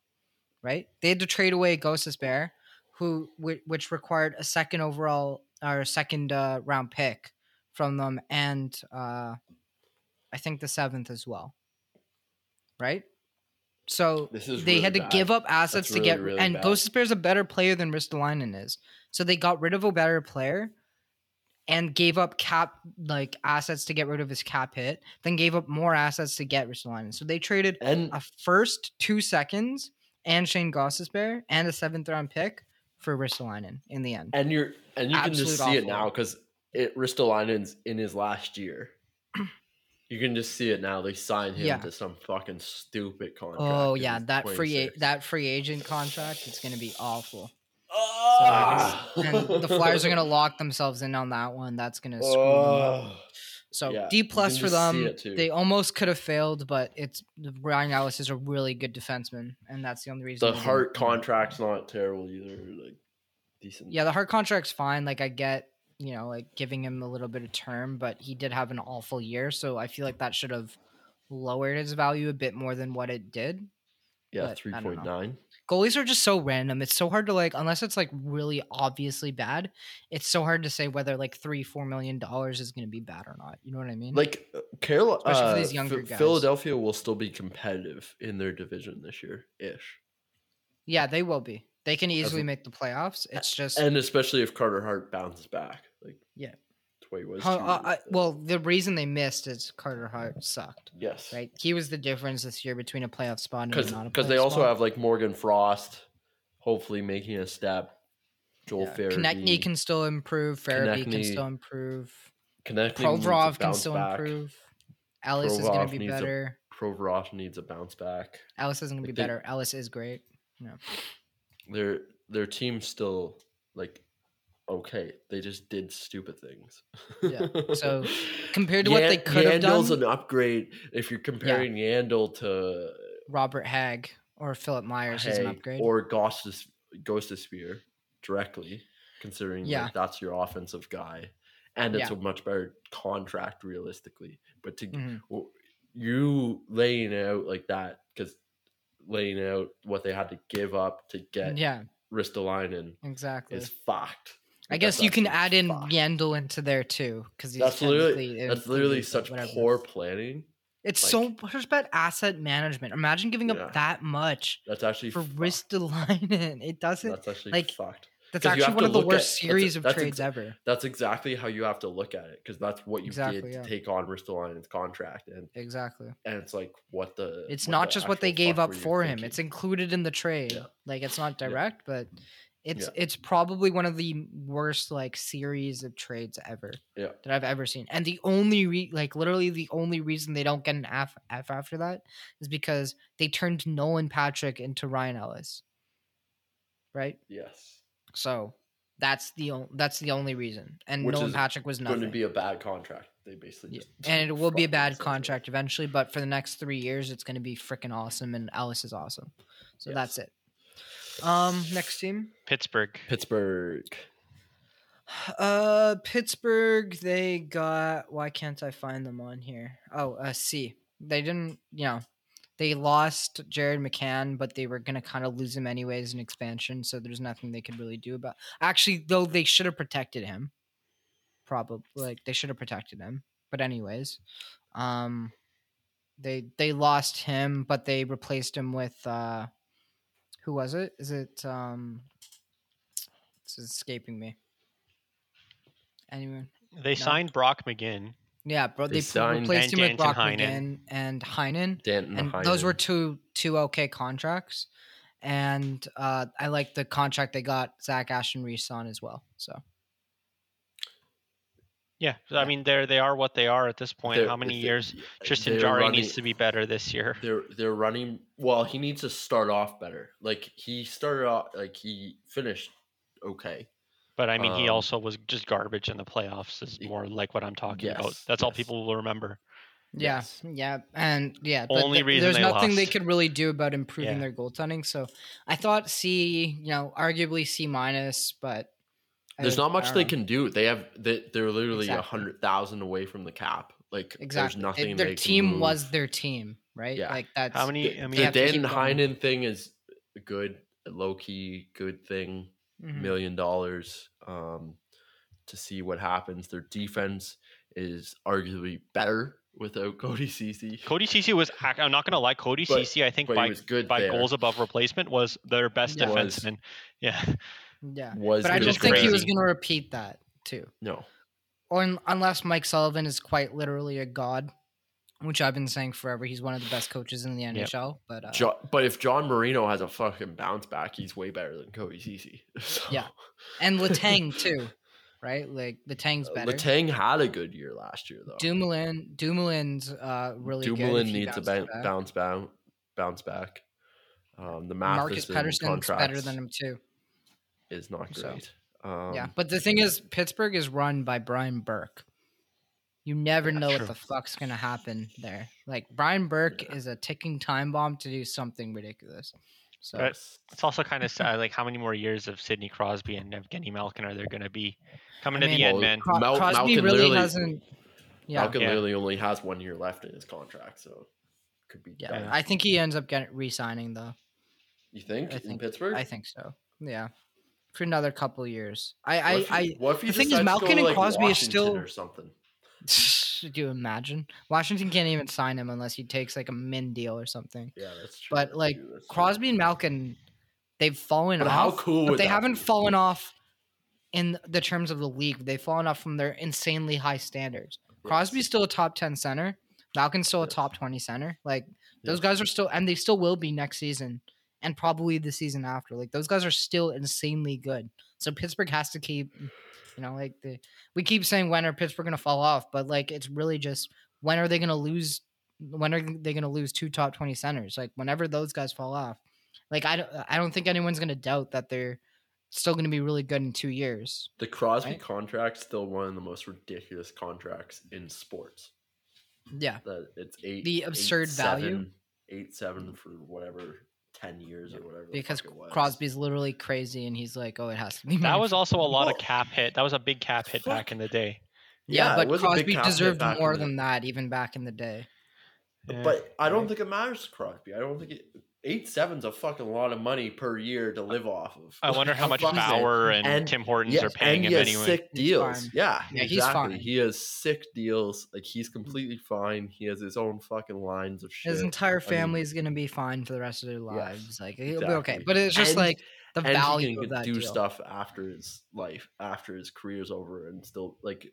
Right? They had to trade away Ghosts Bear, who whi- which required a second overall or a second uh, round pick from them, and uh, I think the seventh as well. Right? So
This is
they
really
had to
bad.
give up assets
That's
to get
really, really
and
bad.
Ghost Spear's a better player than Ristolainen is. So they got rid of a better player and gave up cap like assets to get rid of his cap hit, then gave up more assets to get Ristolainen. So they traded
And
a first two seconds and Shane Goss's bear and a seventh round pick for Ristolainen in the end.
and you're and you can just see
Absolute
it
awful.
now because it Ristolainen's in his last year. You can just see it now. They signed him
Yeah.
to some fucking stupid contract.
Oh
'cause
yeah,
he's
that free a-
26.
that free agent contract is going to be awful.
Ah!
and the Flyers are going to lock themselves in on that one. That's going to screw them up.
Oh.
So
yeah,
D
you
plus
can
for
just see
them.
it too.
They almost could have failed, but it's Ryan Ellis is a really good defenseman, and that's the only reason.
the
they didn't
Hart
win.
contract's not terrible either. Like decent.
Yeah, the Hart contract's fine. Like I get, you know, like giving him a little bit of term, but he did have an awful year, so I feel like that should have lowered his value a bit more than what it did.
yeah,
but I
three
don't know.
point nine.
Goalies are just so random. It's so hard to like unless it's like really obviously bad. It's so hard to say whether like three, four million dollars is going to be bad or not. You know what I mean?
Like uh, Carol,
Especially for
uh,
these
Ph-
younger guys.
Philadelphia will still be competitive in their division this year, ish,
yeah, they will be. They can easily
Doesn't-
make the playoffs. It's just
and especially if Carter Hart bounces back. Like
Yeah.
that's what he was.
Huh,
two
uh,
years
I-
ago.
well, the reason they missed is Carter Hart sucked,
yes,
right? He was the difference this year between a playoff spot and
because
not a playoff
they also
spot.
have like Morgan Frost, hopefully making a step. Joel
yeah. Konechny
Farabee,
can still improve. Farabee can still
Konechny-
improve.
Konechny needs a
Provorov can
bounce
still
back.
improve. Ellis is going
Provorov
to be
needs a-
better.
Provorov needs a bounce back.
Ellis isn't going
I
to be
think-
better. Ellis is great.
their their team's still like okay. They just did stupid things.
Yeah, so compared to what they could have
Yandel's
done-
an upgrade. If you're comparing Yandel to
Robert Hag or Philip Myers is an
Haig
upgrade.
or Ghost Spear directly, considering
Yeah.
like, that's your offensive guy, and it's
Yeah.
a much better contract realistically. But to
Mhm.
w- you laying out like that because laying out what they had to give up to get yeah.
Yeah,
Ristolainen
exactly.
is fucked.
I
Like,
guess
that's
you can
absolute
add in
fuck.
Yandel into there too, because
That's literally that's literally such poor planning.
It's
Like-
so much about asset management. Imagine giving
Yeah.
up that much
That's actually
for
fucked.
Ristolainen. It doesn't. That's,
That's actually
like,
fucked. 'cause you
actually
have
one
to
of the
look
worst
at- that's-
series of
that's
trades
exa-
ever.
That's exactly how you have to look at it because that's what you
Exactly,
did
yeah.
to take on Ristolainen's contract, and
Exactly.
and it's like what the
It's
what
not
the
just what they
actual
gave
fuck
up
were you
for him.
thinking?
It's included in the trade.
Yeah.
Like it's not
Yeah.
direct, but it's it's probably one of the worst like series of trades ever
Yeah.
that I've ever seen. And the only re- like literally the only reason they don't get an F, F after that is because they turned Nolan Patrick into Ryan Ellis. Right?
yes,
So that's the on- that's the only reason. And
Which
Nolan
is
Patrick was
going
nothing.
to be a bad contract. They basically
Yeah,
just
and it will be a
fucked
bad
themselves up.
contract eventually, but for the next three years, it's going to be freaking awesome, and Alice is awesome. So that's it. Um, next team,
Pittsburgh.
Pittsburgh.
uh, Pittsburgh. They got. Why can't I find them on here? Oh, uh, C. They didn't. You know, they lost Jared McCann, but they were going to kind of lose him anyways in expansion. So there's nothing they could really do about. Actually, though, they should have protected him. Probably, like they should have protected him. But anyways, um, they they lost him, but they replaced him with uh, who was it? Is it um? It's escaping me. Anyone?
They signed Brock McGinn.
Yeah, bro.
They
They, pl-
signed
replaced him with
Van Jansen
Brock
Heinen.
McGinn and Heinen
Danton
and those were
Heinen.
two two okay contracts. And uh, I like the contract they got Zach Ashton Reese on as well. So
Yeah, so,
Yeah.
I mean they're they are what they are at this point.
They're-
How many
they-
years? Tristan
they're
Jari
running-
needs to be better this year.
they're they're running well he needs to start off better like he started off like he finished okay
But I mean, he
Um,
also was just garbage in the playoffs. Is
y-
more like what I'm talking about.
yes,
That's all
yes.
people will remember.
Yeah,
Yes.
yeah, and yeah. But
Only
th-
reason
there's
they
nothing they
lost.
could really do about improving
Yeah.
their goaltending. So I thought C, you know, arguably C minus, but I-
There's not
I
much
don't
they
know.
can do. They have they, they're literally a
Exactly.
hundred thousand away from the cap. Like
Exactly.
there's nothing.
their
they can
team
move.
was their team, right?
Yeah.
Like that's
How many?
the,
I
the
mean,
have to keep
Dan
going.
Heinen thing is a good, low key good thing.
Mhm.
Million dollars um, to see what happens. Their defense is arguably better without Cody Cece.
Cody Cece was. ac- I'm not gonna lie. Cody
But-
Cece, I think
but he
by
was good
by
there.
goals above replacement was their best
Yeah.
Was.
defenseman. Yeah,
Yeah,
Was
but
good
I
good
don't
is
think he was
crazy.
going to repeat that too,
no.
or un- unless Mike Sullivan is quite literally a god, which I've been saying forever. He's one of the best coaches in the NHL. But uh,
Jo- but if John Marino has a fucking bounce back, he's way better than Cody Cece. So,
Yeah. and Latang too, right? Like Latang's
uh,
better.
Letang had a good year last year though.
Dumoulin, Dumoulin's uh, really good.
Dumoulin
if he
needs a
bounces
bounce
back.
bounce back. Bounce back. Um, the
Marcus
Matheson
Pedersen's
contract
better than him too.
is not
so,
great. Um,
yeah, but the thing is, Pittsburgh is run by Brian Burke. You never
Yeah,
know
true.
what the fuck's gonna happen there. Like Brian Burke
Yeah.
is a ticking time bomb to do something ridiculous. So
But- it's also kind of sad. Like, how many more years of Sidney Crosby and Evgeny Malkin are there gonna be coming
I
to the
mean-
end,
Well,
man?
Cro-
Mal-
Crosby
Malkin
really
literally-
hasn't. Yeah,
Malcolm
Yeah.
literally only has one year left in his contract, so could be.
yeah.
done.
Yeah.
I think he ends up getting re-signing though.
you think,
I
in
think-
Pittsburgh?
I think so. Yeah, for another couple years.
What
I,
if
I,
he- what if he
the thing is
decides to
Malkin
go to,
and
like,
Crosby is
Washington
still-
or something.
I do you imagine Washington can't even sign him unless he takes like a min deal or something.
Yeah, that's true.
But,
that's
like,
true, that's true.
Crosby and Malkin, they've fallen
But
off.
how cool
but
would
they
that
haven't
be?
fallen off in the terms of the league. They've fallen off from their insanely high standards.
Yes.
Crosby's still a top ten center. Malkin's still a
Yes.
top twenty center. Like those
Yes.
guys are still, and they still will be next season, and probably the season after. Like those guys are still insanely good. So Pittsburgh has to keep, you know, like the we keep saying when are Pittsburgh going to fall off, but like it's really just when are they going to lose? When are they going to lose two top twenty centers? Like whenever those guys fall off, like I don't, I don't think anyone's going to doubt that they're still going to be really good in two years.
The Crosby
Right?
contract's still one of the most ridiculous contracts in sports.
Yeah,
That it's eight
The
eight,
absurd value.
seven- eight seven for whatever ten years or whatever. the
because
fuck it was.
Crosby's literally crazy, and he's like, oh, it has to be.
That
mine
was
first."
also a lot of
Well,
cap hit. That was a big cap hit back
fuck.
in the day.
yeah,
it
but
was a big
Crosby
cap hit
deserved
back in
more
the-
than that even back in the day.
Yeah.
But I don't
right.
think it matters to Crosby. I don't think it. Eight seven's a fucking lot of money per year to live off of.
I wonder how much
Fuck it.
Bauer and,
And-
Tim Hortons
Yes,
are paying
and
E
him
he has
anyway.
sick
He's
deals.
fine.
Yeah,
Yeah, he's
exactly.
fine.
He has sick deals. Like he's completely fine. He has his own fucking lines of shit.
His entire
mean-
family is gonna be fine for the rest of their lives. like it'll be okay,
exactly.
but it's just
And-
like the
and
value
he
of
can
that
do
deal.
stuff after his life, after his career's over, and still like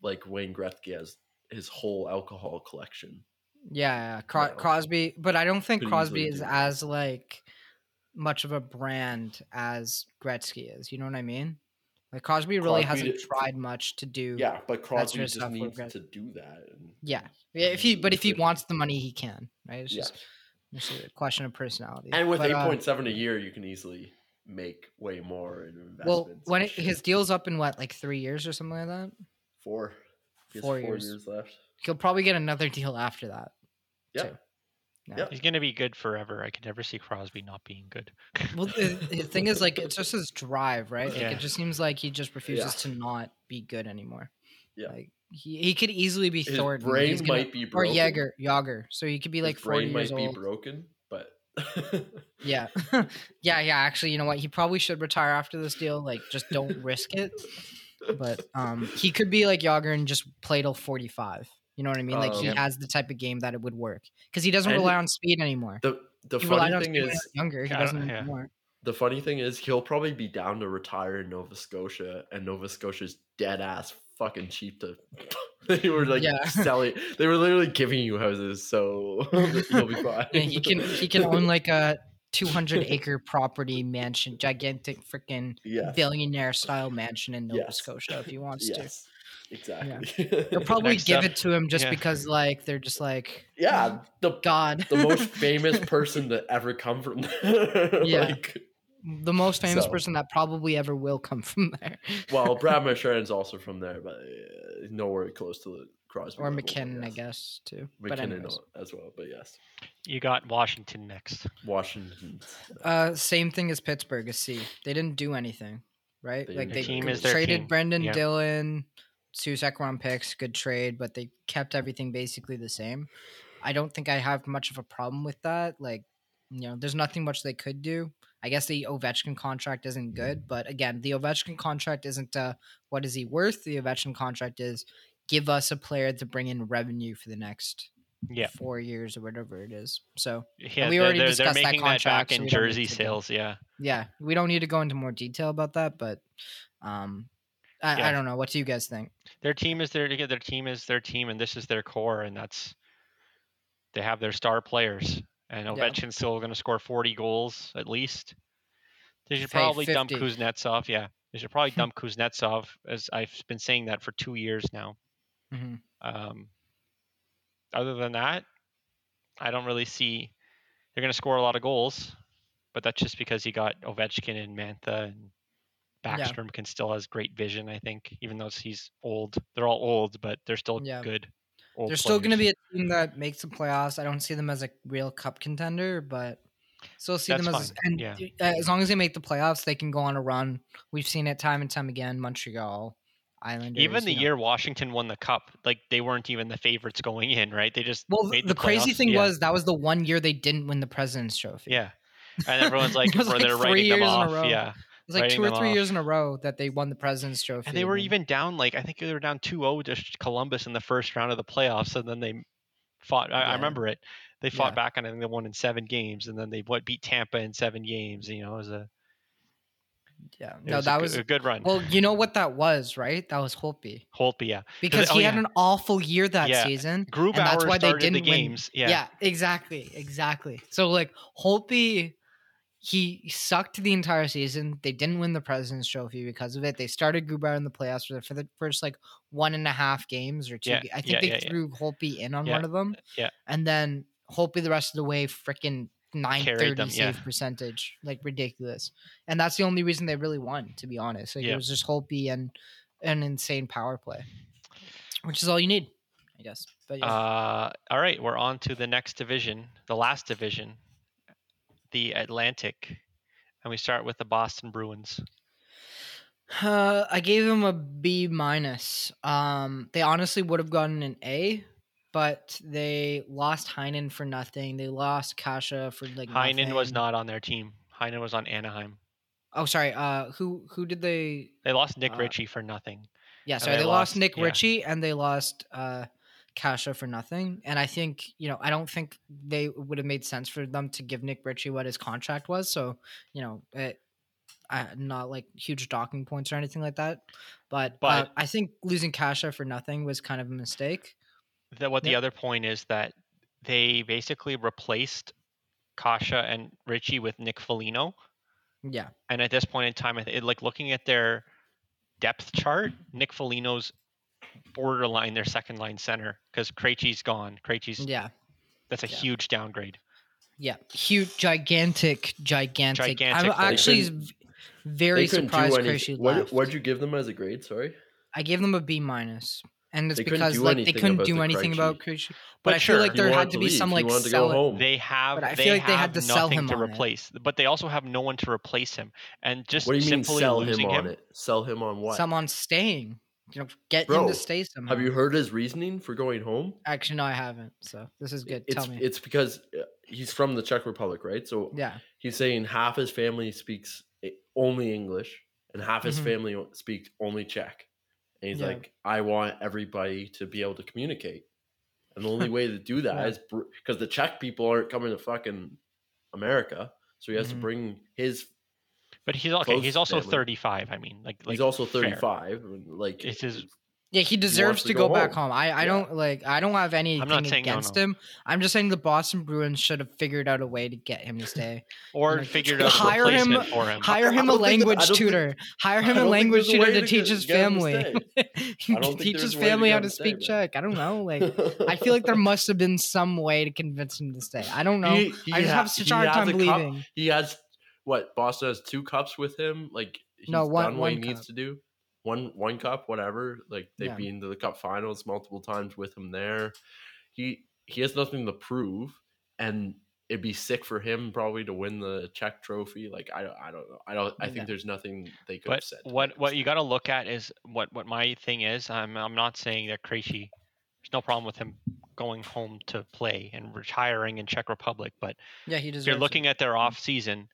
like Wayne Gretzky has his whole alcohol collection.
Yeah, yeah. Cro-
Yeah.
Crosby, but I don't think
Could
Crosby
easily
is
do that.
as like much of a brand as Gretzky is. You know what I mean? Like Crosby really
Crosby
hasn't
did-
tried much to do.
Yeah, but Crosby
just
just
how
needs
Gretzky-
to do that. And
yeah. Yeah, If he, but if he
Different.
wants the money, he can. Right? It's
yeah,
just, it's just a question of personality.
and with
But,
eight
uh,
point seven a year, you can easily make way more in investments.
well, when
and
it,
shit.
his deal's up in what, like three years or something like that,
four, he has
four, years.
left.
he'll probably get another deal after that.
Yeah,
too. Yeah.
Yep.
He's going to be good forever. I could never see Crosby not being good.
Well, the, the thing is, like, it's just his drive, right? Like,
Yeah.
it just seems like he just refuses to not be good anymore.
Yeah.
Like, he, he could easily be
his
Thornton.
brain
He's gonna-
might be
or
broken.
Jaeger, Yager. So he could be
His
like forty
brain might
years
be
old.
broken, but
Yeah, yeah, yeah. Actually, you know what? He probably should retire after this deal. Like, just don't risk it. But um, he could be like Yager and just play till forty-five. You know what I mean? Like,
Oh,
he
yeah.
has the type of game that it would work because he doesn't
And
rely on speed anymore.
the the
He relied
funny
on
thing
speed when he
is
was younger. He
I don't-
doesn't
yeah.
anymore.
The funny thing is, he'll probably be down to retire in Nova Scotia, and Nova Scotia's dead ass fucking cheap to. they were like
Yeah.
selling. They were literally giving you houses, so he'll be fine.
Yeah, he can he can own like a 200 acre property mansion, gigantic freaking
yes.
billionaire style mansion in Nova
Yes.
Scotia if he wants to.
Yes, exactly.
They'll probably
Next
give
up-
it to him just
yeah.
because like they're just like "Oh,
yeah, the
God.
the most famous person to ever come from.
Yeah.
like,
the most famous
so.
person that probably ever will come from there.
well, Brad Marchand's also from there, but uh, nowhere close to the Crosby
or
level,
McKinnon, I guess too. but
McKinnon
anyways,
as well, but yes,
You got Washington next.
Washington.
uh, same thing as Pittsburgh. Is C. They didn't do anything, right?
They
like
didn't
they
do Team
g-
is their
traded
team,
Brendan
yeah.
Dillon, two second round picks, good trade, but they kept everything basically the same. I don't think I have much of a problem with that. Like, you know, there's nothing much they could do. I guess the Ovechkin contract isn't good, but again, the Ovechkin contract isn't uh, what is he worth. The Ovechkin contract is give us a player to bring in revenue for the next
Yeah.
four years or whatever it is. So
Yeah,
we
they're,
already
they're,
discussed
they're
that
making back
contract, so
in
we don't need
jersey
to go-
sales. Yeah.
yeah, we don't need to go into more detail about that, but um, I, I
Yeah.
don't know. What do you guys think?
their team is their again, their team is their team and this is their core and that's they have their star players and
Yeah.
Ovechkin's still going to score 40 goals at least. They should
Say
probably dump
50.
Kuznetsov. Yeah, they should probably dump Kuznetsov as I've been saying that for two years now.
Mhm.
Um, other than that, I don't really see they're going to score a lot of goals, but that's just because you got Ovechkin and Mantha and
Yeah.
Backstrom can still has great vision. I think even though he's old, they're all old, but they're still
Yeah.
good.
They're
Old
still going to be
players.
a team that makes the playoffs. I don't see them as a real cup contender, but still see them
That's
as
fine,
and
yeah.
d- uh, as long as they make the playoffs, they can go on a run. We've seen it time and time again. Montreal, Islanders,
even the
you know.
year Washington won the cup. Like they weren't even the favorites going in, right? They just
Well,
made
the, crazy
playoffs.
thing
Yeah,
was that was the one year they didn't win the President's Trophy.
yeah, and everyone's like,
It was
"Well,
like
they're
three
writing them
years in a
off,
row.
yeah.
It was like
writing
two or
them
three
off.
years in a row that they won the President's Trophy.
And they were
then-
even down like I think they were down 2-0 to sh- Columbus in the first round of the playoffs, and then they fought. I, I
Yeah.
remember it. They fought
Yeah.
back, and I think they won in seven games, and then they what beat Tampa in seven games. You know, it was a
yeah.
it
No,
was a
that
g-
was
a good run.
well. You know what that was, right? That was Holtby.
Holtby, yeah.
because
oh,
he had
yeah.
an awful year that
Yeah.
season.
Grubauer
and that's why they
started
didn't
the
win.
games.
Yeah.
Yeah.
exactly, exactly. So like Holtby, he sucked the entire season. They didn't win the President's Trophy because of it. They started Grubauer in the playoffs for the, for the first like one and a half games or two.
Yeah,
ga- I think
yeah,
they
yeah, yeah.
threw Holtby in on
Yeah,
one of them.
yeah.
and then Holtby the rest of the way freaking. 930
them, yeah.
save percentage like ridiculous and that's the only reason they really won to be honest like it
Yeah.
was just Holtby and an insane power play which is all you need, I guess. But yeah,
Uh, all right, we're on to the next division, the last division, the Atlantic, and we start with the Boston Bruins.
Uh, I gave them a B minus. Um, they honestly would have gotten an A, but they lost Heinen for nothing. They lost Kasha for like
Heinen was
nothing.
not on their team. Heinen was on Anaheim.
Oh, sorry. Uh, who who did they?
They lost Nick
Uh,
Ritchie for nothing.
Yeah,
And
sorry. They,
they
lost,
lost-
Nick
yeah.
Ritchie and they lost uh Kasha for nothing. And I think you know I don't think they would have made sense for them to give Nick Ritchie what his contract was. So you know it. I, not like huge docking points or anything like that, but, uh,
But-
I think losing Kasha for nothing was kind of a mistake.
the, what the
Yep.
other point is that they basically replaced Kasha and Richie with Nick Foligno,
Yeah,
and at this point in time, I th- it, like looking at their depth chart, Nick Foligno's borderline their second line center because Krejci's gone. Krejci's
yeah,
that's a
yeah.
huge downgrade.
yeah. Huge, gigantic, gigantic.
Gigantic
I'm
hole.
actually
They
v- very surprised Krejci
What,
left.
what'd you give them as a grade? Sorry.
I gave them a B minus, and it's
They couldn't
because
do
like they
anything
couldn't
about
do
the
anything
Krejci.
about Krejci. But,
But
I
sure,
feel like
he
there
You
had
wanted
to be
leave,
some
you
like
wanted to go
sell.
home.
They have
I
they
feel like they had
have
to sell
nothing
him
to
on it.
replace, but they also have no one to replace him, and just
what do you mean
simply
sell him
losing
on it? Sell him on what?
Someone staying, you know, get him
Bro,
to stay somehow.
Have you heard his reasoning for going home?
Actually, no, I haven't. So this is good.
It's
Tell me.
it's because uh, he's from the Czech Republic, right? So
yeah,
he's saying half his family speaks i- only English and half his
Mm-hmm.
Mhm.
family o- speaks only Czech. And he's
Yeah.
like, I want everybody to be able to communicate. And the only way to do that
Yeah.
is because the Czech people aren't coming to fucking America. So he has
Mm-hmm.
Mhm.
to bring his.
But he's okay.
Close
He's also
family.
35. I mean, like, like
he's also
fair.
35. and, Like,
It's his-
yeah, he deserves
to
to go,
go
back
home.
home. I, I
Yeah.
don't like. I don't have anything
saying no,
against
no.
him. I'm just saying the Boston Bruins should have figured out a way to get him to stay.
or
like,
figured out a
Oh hire him-
replacement for him.
Hire
I
him a
don't think that- I
language
don't think-
tutor. Hire
I
him a
don't think
language
there's a
tutor
way
to
to
teach
get-
his
get him to
family.
I don't think
teach his
there's a way to
family
get
how
him
to
to stay,
speak
bro.
Czech. I don't know. Like I feel like there must have been some way to convince him to stay. I don't know.
He- he
I just
ha-
have such
he
a hard
has
time
cup-
believing.
he has what Boston has two cups with him. Like he's
No, one-
done what he
one
needs
cup.
to do. one one cup, whatever. Like they've
Yeah.
been to the cup finals multiple times with him there. He he has nothing to prove, and it'd be sick for him probably to win the Czech trophy. Like I don't I don't know. I don't I think
Yeah.
there's nothing they could have
But
said. to
what
make
what
him
you
stay.
got to look at is what what my thing is. I'm I'm not saying that Krejci. There's no problem with him going home to play and retiring in Czech Republic, but
Yeah, he
if
deserves.
you're looking at
Mm-hmm.
their off season,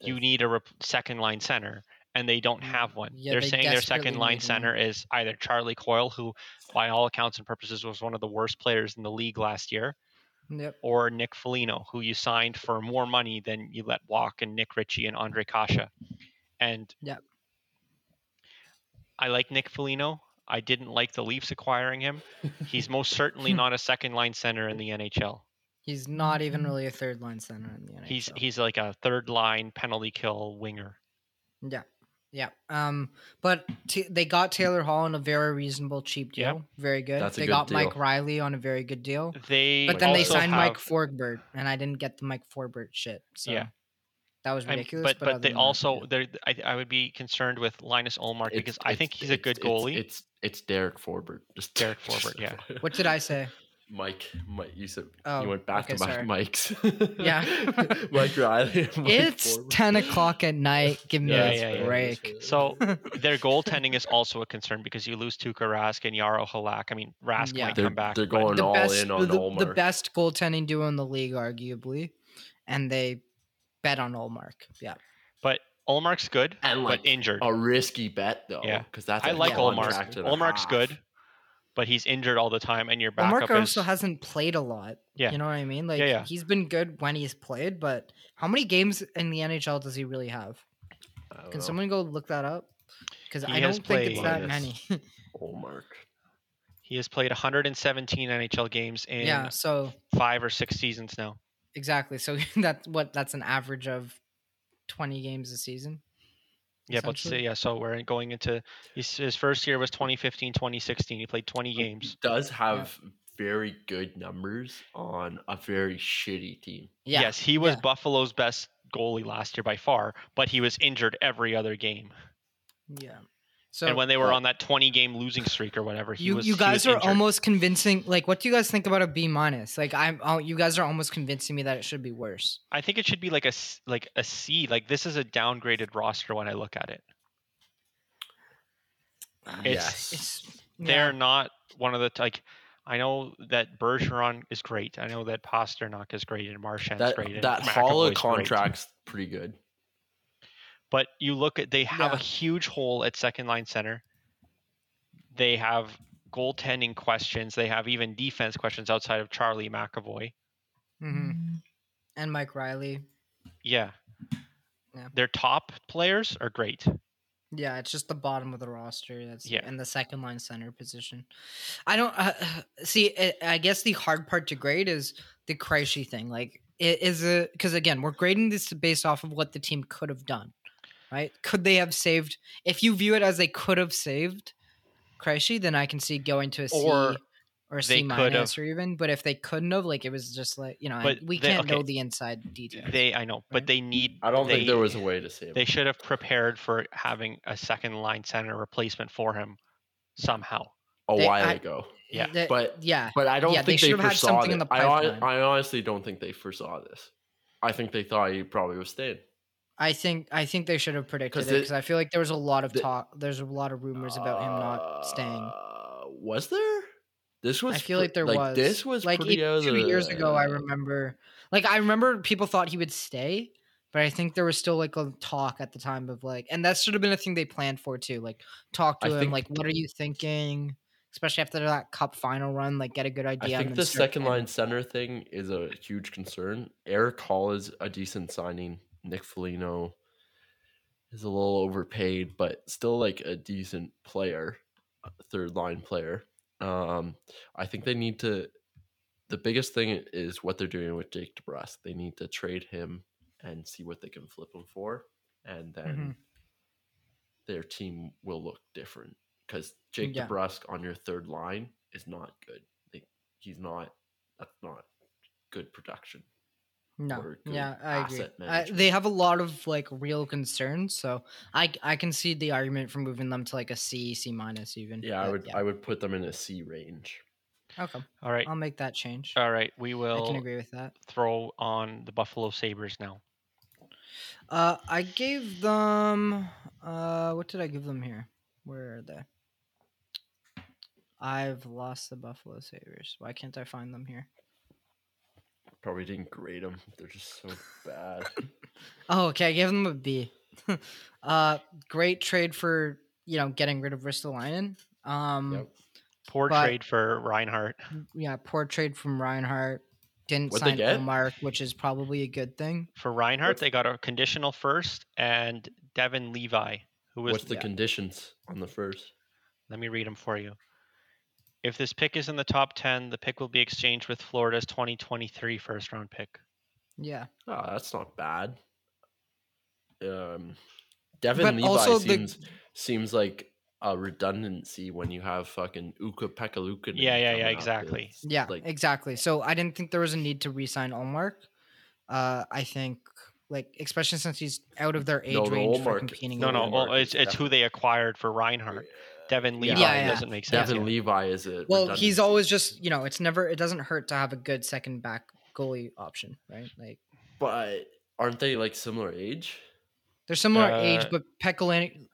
you
Yes.
need a rep- second line center, and they don't
Mm,
have one.
yeah,
They're
they
saying their
desperately
second line
need one.
center is either Charlie Coyle, who, by all accounts and purposes, was one of the worst players in the league last year,
it. Yep.
or Nick Foligno, who you signed for more money than you let walk, and Nick Ritchie and Andre Kasha. And
Yep.
I like Nick Foligno. I didn't like the Leafs acquiring him. He's most certainly
Hmm.
not a second line center in the NHL.
He's not even really a third line center in the NHL.
Mm-hmm. He's he's like a third line penalty kill winger.
Yeah. Yeah. Um, but t- they got Taylor Hall on a very reasonable, cheap
Yeah.
deal. Very good.
That's a
they
good
got Mike
deal.
Riley on a very good deal.
They
But then they
also
signed Mike
have-
Forbert, and I didn't get the Mike Forbert shit. So
Yeah.
that was
I'm-
ridiculous.
but but,
other
they
than that,
also
yeah.
they're I, I would be concerned with Linus Olmark
It's-
because I
it's-
think he's a
it's-
good
it's-
goalie.
It's it's, Derek Forbert. Just
Derek
just-
Forbert, yeah.
what did I say?
Mike, Mike, you said
Oh,
you went back
okay,
to my
sorry.
Mike's.
Yeah.
Mike Riley. and Mike
it's
Forbert.
ten o'clock at night. Give me
Yeah,
a
yeah, yeah.
break.
So their goaltending is also a concern because you lose Tuukka Rask and Yaro Halak. I mean Rask
Yeah.
might
they're,
come back.
they're
but
going
the
all
best,
in on
the,
Olmark.
the best goaltending duo in the league, arguably, and they bet on Olmark. Yeah,
but Olmark's good,
and like oh,
but injured.
a risky bet though.
Yeah.
because that's
I
a
like Olmark.
contract and a
Olmark's
half.
good, but he's injured all the time, and your
Olmark
backup is
also hasn't played a lot.
Yeah.
you know what I mean. Like
yeah.
he's been good when he's played, but how many games in the NHL does he really have?
I don't
Can
know.
someone go look that up? Because
He
I
has
don't think it's
played-
that
Oh. Yes.
many.
Olmark?
he has played 117 NHL games in
yeah, so
five or six seasons now.
exactly. So that's what that's an average of twenty games a season.
Yeah, but so,
essentially.
yeah, so we're going into his, his first year was 2015, 2016. He played 20 games.
He does have very good numbers on a very shitty team.
Yeah.
Yes, he was
yeah.
Buffalo's best goalie last year by far, but he was injured every other game.
Yeah. So
and when they were
Well-
on that 20 game losing streak or whatever, he
you
was
you
he was
guys are
injured.
almost convincing. Like, what do you guys think about a B minus? Like, I'm oh, you guys are almost convincing me that it should be worse.
I think it should be like a s- like a C. Like this is a downgraded roster when I look at it. It's-
yes,
It's
They're
yeah,
not one of the t- like I know that Bergeron is great. I know that Pasternak is great and Marchand's
that
great. and
that
McAvoy's
Holla
great.
contract's pretty good.
But you look at they have a
Yeah.
huge hole at second line center. They have goaltending questions. They have even defense questions outside of Charlie McAvoy.
mhm. and Mike Riley.
Yeah.
Yeah.
Their top players are great.
Yeah, it's just the bottom of the roster. That's
Yeah.
and the second line center position. I don't uh, see. I- I guess the hard part to grade is the Krejci thing. Like, it is a because again, we're grading this based off of what the team could have done, right? Could they have saved? If you view it as they could have saved Krejci, then I can see going to a C
Or
or or
they
C
could
minus
have-
or even. But if they couldn't have, like, it was just like you know, I-
But
we
they-
can't know
okay.
the inside details.
They I know, but
Right.
they need
I don't think
they-
there was a way to save.
they
him.
should have prepared for having a second line center replacement for him somehow.
a
they-
while
I-
ago.
yeah,
The-
but-
yeah,
But I don't
Yeah, they
think they,
should have had
foresaw
something
it.
in the
I, hon-
pipeline.
I honestly don't think they foresaw this. I think they thought he probably was staying.
I think I think they should have predicted it
the-
because I feel like there was a lot of
the-
talk. There's a lot of rumors about him not staying.
Uh, Was there? This was.
I feel
pre-
like there was
This was
like
pretty
even two
other-
years ago. I remember, like I remember people thought he would stay, but I think there was still like a talk at the time of like, and that should have been a thing they planned for too. Like talk to
I
him,
think-
like what are you thinking? Especially after that cup final run, like get a good
I
idea.
think the second line center thing is a huge concern. Eric Hall is a decent signing. Nick Foligno is a little overpaid, but still like a decent player, a third line player. Um, I think they need to. The biggest thing is what they're doing with Jake DeBrus. They need to trade him and see what they can flip him for, and then
Mhm.
their team will look different because Jake
Yeah.
DeBrusk on your third line is not good. Like, he's not. That's not good production.
No.
or good
Yeah, I agree.
asset
I,
management.
they have a lot of like real concerns, so I I can see the argument for moving them to like a C, C minus even.
Yeah, I
but
would I would put them in a C range.
Okay,
All right.
I'll make that change.
All right. We
Um, I can
will
agree with that.
throw on the Buffalo Sabres now.
Uh, I gave them. Uh, what did I give them here? Where are they? I've lost the Buffalo Sabres. Why can't I find them here?
Probably didn't grade them. They're just so bad.
Oh, okay. I gave them a B. uh, great trade for you know getting rid of Ristolainen. Um,
Yep.
Poor
But-
trade for Reinhardt.
yeah, poor trade from Reinhardt. Didn't
What'd they
sign
get?
Mark, which is probably a good thing.
For Reinhardt,
What's-
they got a conditional first and Devin Levi, who was
What's the
yeah.
conditions on the first?
Let me read them for you. If this pick is in the top 10, the pick will be exchanged with Florida's 2023 first round pick.
Yeah,
Oh, that's not bad. Um, Devin
But
Levi
also the-
seems seems like a redundancy when you have fucking Uka Pekaluka.
Yeah, yeah, yeah, exactly.
yeah,
Like,
exactly. So I didn't think there was a need to re-sign Olmark. Uh, I think like especially since he's out of their age
No, no,
range for
Ullmark-
competing.
No,
in
no,
the-
Levi
well,
market
it's it's who
definitely-
they acquired for Reinhardt. Devin
Yeah,
Levi
yeah.
doesn't make sense.
Devin
yet.
Levi is a
Well, he's
redundancy.
always just you know, it's never it doesn't hurt to have a good second back goalie option, right? Like
But aren't they like similar age?
they're similar age,
Uh,
but Pekalani.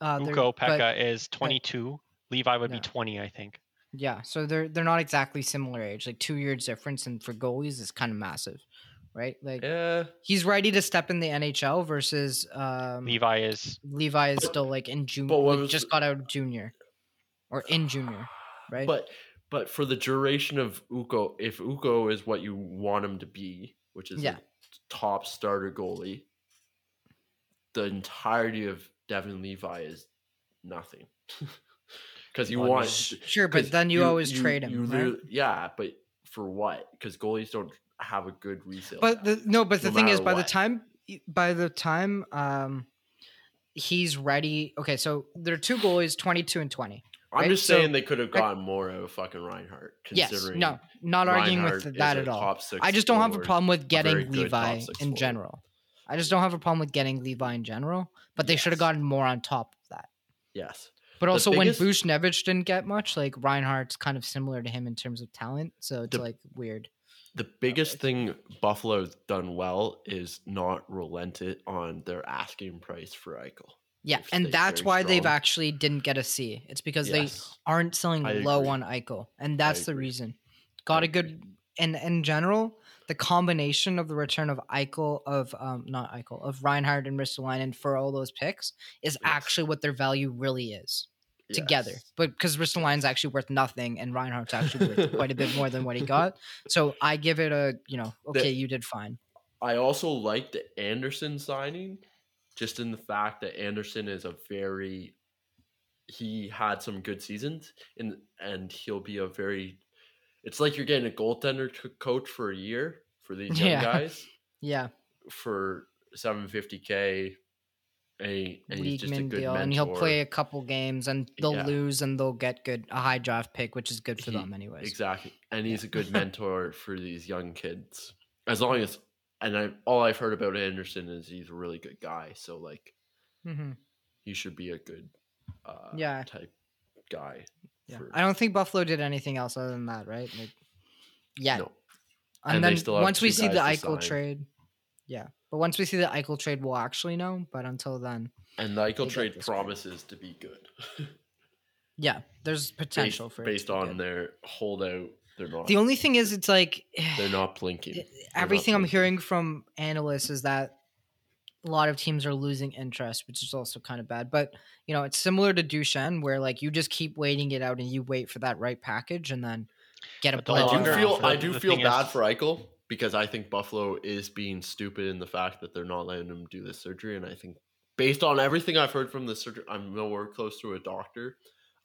Uh, they're-
Uko
but-
Pekka is 22. Levi would
Yeah.
be 20, I think.
Yeah, so they're they're not exactly similar age. Like two years difference, and for goalies, is kind of massive, right? Like
Yeah,
he's ready to step in the NHL versus um, Levi.
Levi is
is still like in junior,
but what
mm, like,
was
just
the-
got out of junior, or in junior, right?
but but for the duration of Uko, if Uko is what you want him to be, which is
Yeah.
a top starter goalie, the entirety of Devin Levi is nothing. Because you
Well, I
want,
mean-
sure, but
'cause
then you, always trade him,
you
right?
literally- Yeah, but for what? Because goalies don't have a good resale.
But
value.
the, no, but the
no
thing is,
matter
by the
what.
time by the time um, he's ready, okay. So there are two goalies, twenty two and twenty.
I'm
right,
just
so-
saying they could have gotten more out of fucking Reinhardt.
Yes,
Considering
no, not arguing
Reinhardt
with
is
that
a
at all.
top six
I just don't have a
forward.
problem with
very
getting
good top
Levi
six
in
forward.
general. I just don't have a problem with getting Levi in general, but they should have
Yes.
gotten more on top of that.
Yes,
But
The
also,
biggest-
when Bushnevich didn't get much, like Reinhardt's kind of similar to him in terms of talent, so it's
The-
like weird.
The biggest thing Buffalo's done well is not relented on their asking price for Eichel.
Yeah,
they've
and
stayed
that's
very
why they've
strong.
actually didn't get a C. It's because
Yes.
they aren't selling
I
low
agree.
on Eichel, and that's the
agree.
reason. Got a
agree.
good and in general, the combination of the return of Eichel of um not Eichel of Reinhardt and Ristolainen for all those picks is
Yes.
actually what their value really is together.
Yes.
But because Ristolainen's actually worth nothing, and Reinhardt's actually worth quite a bit more than what he got, so I give it a you know okay, you did fine.
I also like the Anderson signing, just in the fact that Anderson is a very he had some good seasons and and he'll be a very it's like you're getting a goaltender co- coach for a year for these young
Yeah.
guys
Yeah,
for 750k and, and he's just a
Liegman
good
deal, and he'll
mentor.
play a couple games, and they'll
Yeah.
lose, and they'll get good a high draft pick, which is good for
He-
them anyways.
Exactly. And he's a good mentor for these young kids. As long as and I all I've heard about Anderson is he's a really good guy. So like
hmm
he should be a good uh
Yeah.
type guy.
Yeah.
for-
I don't think Buffalo did anything else other than that, right? Like, yeah.
No.
And,
And they
then
still have
once we
two
see the
guys to
Eichel
sign.
trade, yeah. But once we see the Eichel trade, we'll actually know. But until then,
And the
got
Eichel trade
this guy.
promises to be good.
yeah, there's
based
potential for it to
based
be
on
good.
their holdout. They're not
The only thing is, it's like
they're not blinking.
everything I'm
blinking.
hearing from analysts is that a lot of teams are losing interest, which is also kind of bad. But you know, it's similar to Duchenne, where like you just keep waiting it out and you wait for that right package and then get a
But the
player.
I do
longer
feel
off.
I
The
do feel
thing
bad
is-
for Eichel because I think Buffalo is being stupid in the fact that they're not letting him do this surgery, and I think based on everything I've heard from the surgeon, I'm nowhere close to a doctor,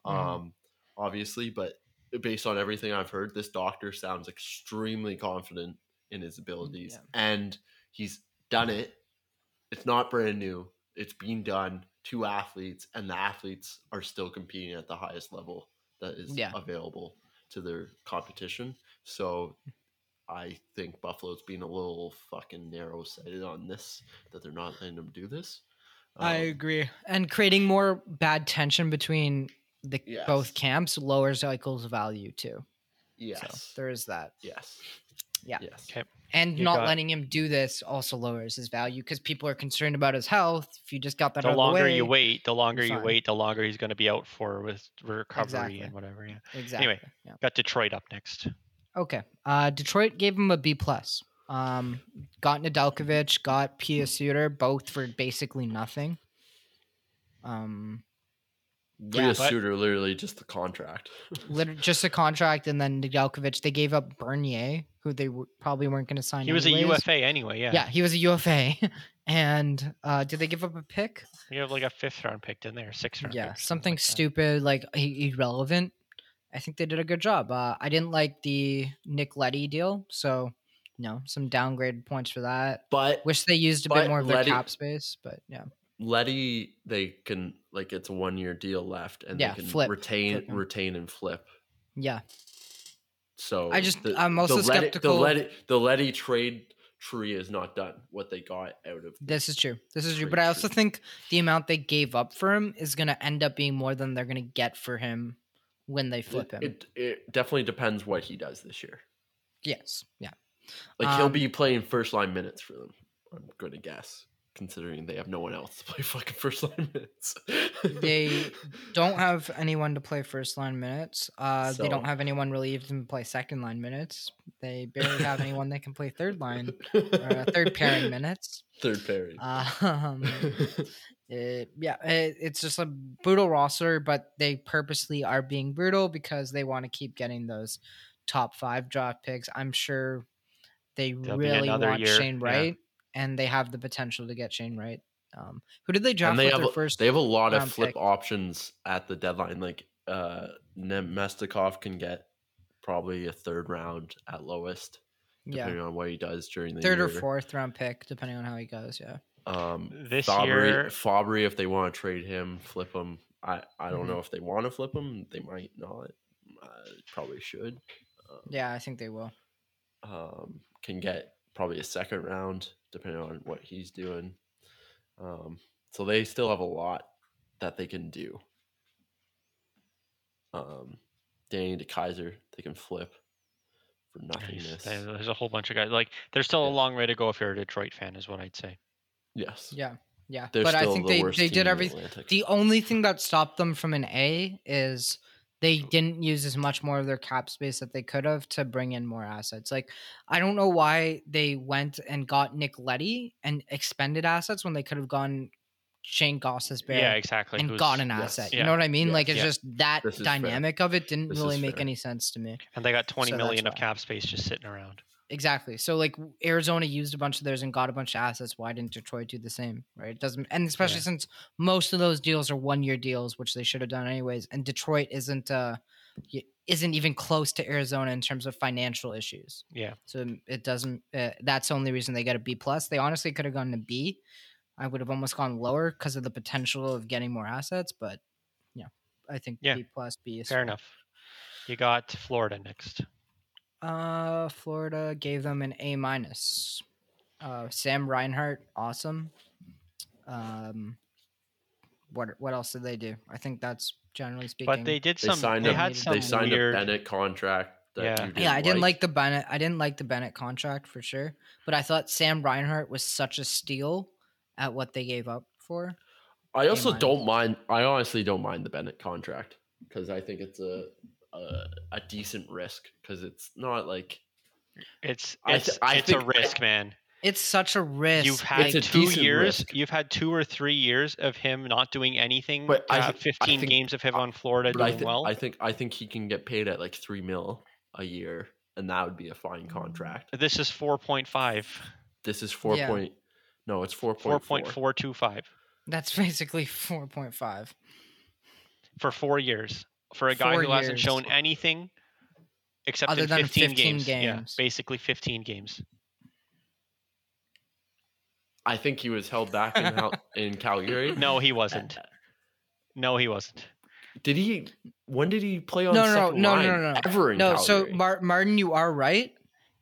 Mhm.
Mm-hmm.
um, obviously, but based on everything I've heard, this doctor sounds extremely confident in
Mm,
his abilities,
yeah.
and he's done it. It's not brand new. It's being done to athletes, and the athletes are still competing at the highest level that is
Yeah.
available to their competition. So I think Buffalo's being a little fucking narrow sighted on this, that they're not letting them do this.
I
Um,
agree. And creating more bad tension between the
Yes.
both camps lowers Eichel's value too.
yes.
there is that.
yes.
Yeah.
Yes.
Okay.
And
You
not
got-
letting him do this also lowers his value because people are concerned about his health. If you just got that
The
out of
longer
the way,
you wait, the longer you
fine.
wait, the longer he's going to be out for with recovery
Exactly.
and whatever. Yeah.
Exactly. Yeah.
Got Detroit up next.
Okay. Uh, Detroit gave him a B plus. Um, got Nedeljkovic, got Pia Suter, both for basically nothing. Um,
Yeah,
Yeah.
Leah Suter literally just the contract.
lit- just a contract, and then Nedeljkovic. They gave up Bernier, who they w- probably weren't going to sign.
He was a
anyways.
UFA anyway. Yeah.
Yeah. he was a UFA. and uh, did they give up a pick?
You have like a fifth round pick, didn't they? Or sixth round.
yeah,
pick,
something
like that.
stupid, like i- irrelevant. I think they did a good job. Uh, I didn't like the Nick Letty deal, so you know some downgrade points for that.
But
Wish they used a bit
But
more of their
Letty-
cap space, but yeah,
Letty, they can like it's a one year deal left, and
Yeah,
they can
flip.
retain,
Flip him.
retain, and flip.
yeah,
So
I just- I'm also
Letty-
skeptical-
The Letty, the Letty trade tree is not done. What they got out of
this is true. This is true.
Pretty
But I also
true.
think the amount they gave up for him is going to end up being more than they're going to get for him when they flip him.
It, it definitely depends what he does this year.
yes, yeah,
Like he'll
Um,
be playing first line minutes for them. I'm going to guess, considering they have no one else to play fucking first line minutes.
They don't have anyone to play first line minutes. Uh, they don't
So-
have anyone really even play second line minutes. They barely have anyone that can play third line or uh, third pairing minutes.
Third pairing.
Um, it- Eh, yeah, it, it's just a brutal roster, but they purposely are being brutal because they want to keep getting those top five draft picks. I'm sure they
There'll be
really
another
want
year,
Shane
yeah.
Wright, and they have the potential to get Shane Wright. Um, who did they draft
and they
with
have
their
a,
first?
they have a lot of
round
flip
pick.
options at the deadline. Like uh Nemestikov can get probably a third round at lowest,
yeah.
depending on what he does during the
third
year.
or fourth round pick, depending on how he goes. Yeah,
Um,
This
Fabry,
year,
Fabry, if they want to trade him, flip him. I, I don't
Mhm.
know if they want to flip him. They might not. Uh, probably should. Um,
yeah, I think they will.
um, can get probably a second round depending on what he's doing. Um, so they still have a lot that they can do. Um, Danny DeKaiser, they can flip for
Nice.
nothingness.
There- There's a whole bunch of guys. Like, there's still a
Yeah.
long way to go if you're a Detroit fan, is what I'd say.
Yes,
Yeah, yeah.
They're
but I
still
think
the
they
worst
they
team in
did everything.
Atlantic.
The only thing that stopped them from an A is they didn't use as much more of their cap space that they could have to bring in more assets. Like I don't know why they went and got Nick Letty and expended assets when they could have gone Shane Goss's bear
Yeah, exactly.
and
Who's-
got an
yes,
asset. You
yeah,
know what I mean?
yeah,
like it's
yeah.
just that
This is fair.
dynamic of it didn't
This
really
is
make
fair.
any sense to me.
And they got twenty
So
million
that's
of
why.
cap space just sitting around.
Exactly. So like w- Arizona used a bunch of theirs and got a bunch of assets. Why didn't Detroit do the same? Right? It doesn't and especially
Yeah.
since most of those deals are one year deals, which they should have done anyways. And Detroit isn't uh y- isn't even close to Arizona in terms of financial issues.
Yeah.
So m- it doesn't. Uh, that's the only reason they got a B plus. They honestly could have gone to B. I would have almost gone lower because of the potential of getting more assets. But yeah, I think
Yeah.
B plus B is
Fair
fine.
enough. You got Florida next.
Uh, Florida gave them an A minus. Uh, Sam Reinhart, awesome. Um, what what else did they do? I think that's generally speaking.
But they did
They
some. They,
signed
up-
had
they
some
they signed
weird.
a Bennett contract. That
Yeah.
you didn't
yeah, I didn't like the Bennett. I didn't like the Bennett contract for sure. But I thought Sam Reinhart was such a steal at what they gave up for.
I also
minus.
don't mind. I honestly don't mind the Bennett contract because I think it's a a, a decent risk because it's not like
it's
I th-
it's,
I
it's a
think- I-
risk, man.
It's such a risk.
You've had
like,
a
two
decent
years.
risk.
You've had two or three years of him not doing anything.
But
to
I
have
thi- I
fifteen
think-
games of him on Florida
But I,
doing
thi-
well.
I think I think he can get paid at like three mil a year, and that would be a
Mm.
fine contract.
this is four point five.
This is four
Yeah.
point. No, it's four
Four
point
point four two five
that's basically four point five.
for four years for a guy
Four
who hasn't
years.
shown anything except
Other
in
than
15,
15
games. Yeah,
games.
basically fifteen games.
I think he was held back in Hal- in Calgary.
No, he wasn't. No, he wasn't.
Did he? When did he play on
No,
no,
no,
second
no, no,
line?
no, no.
Ever in
No, so
Calgary?
Mar- Martin, you are right.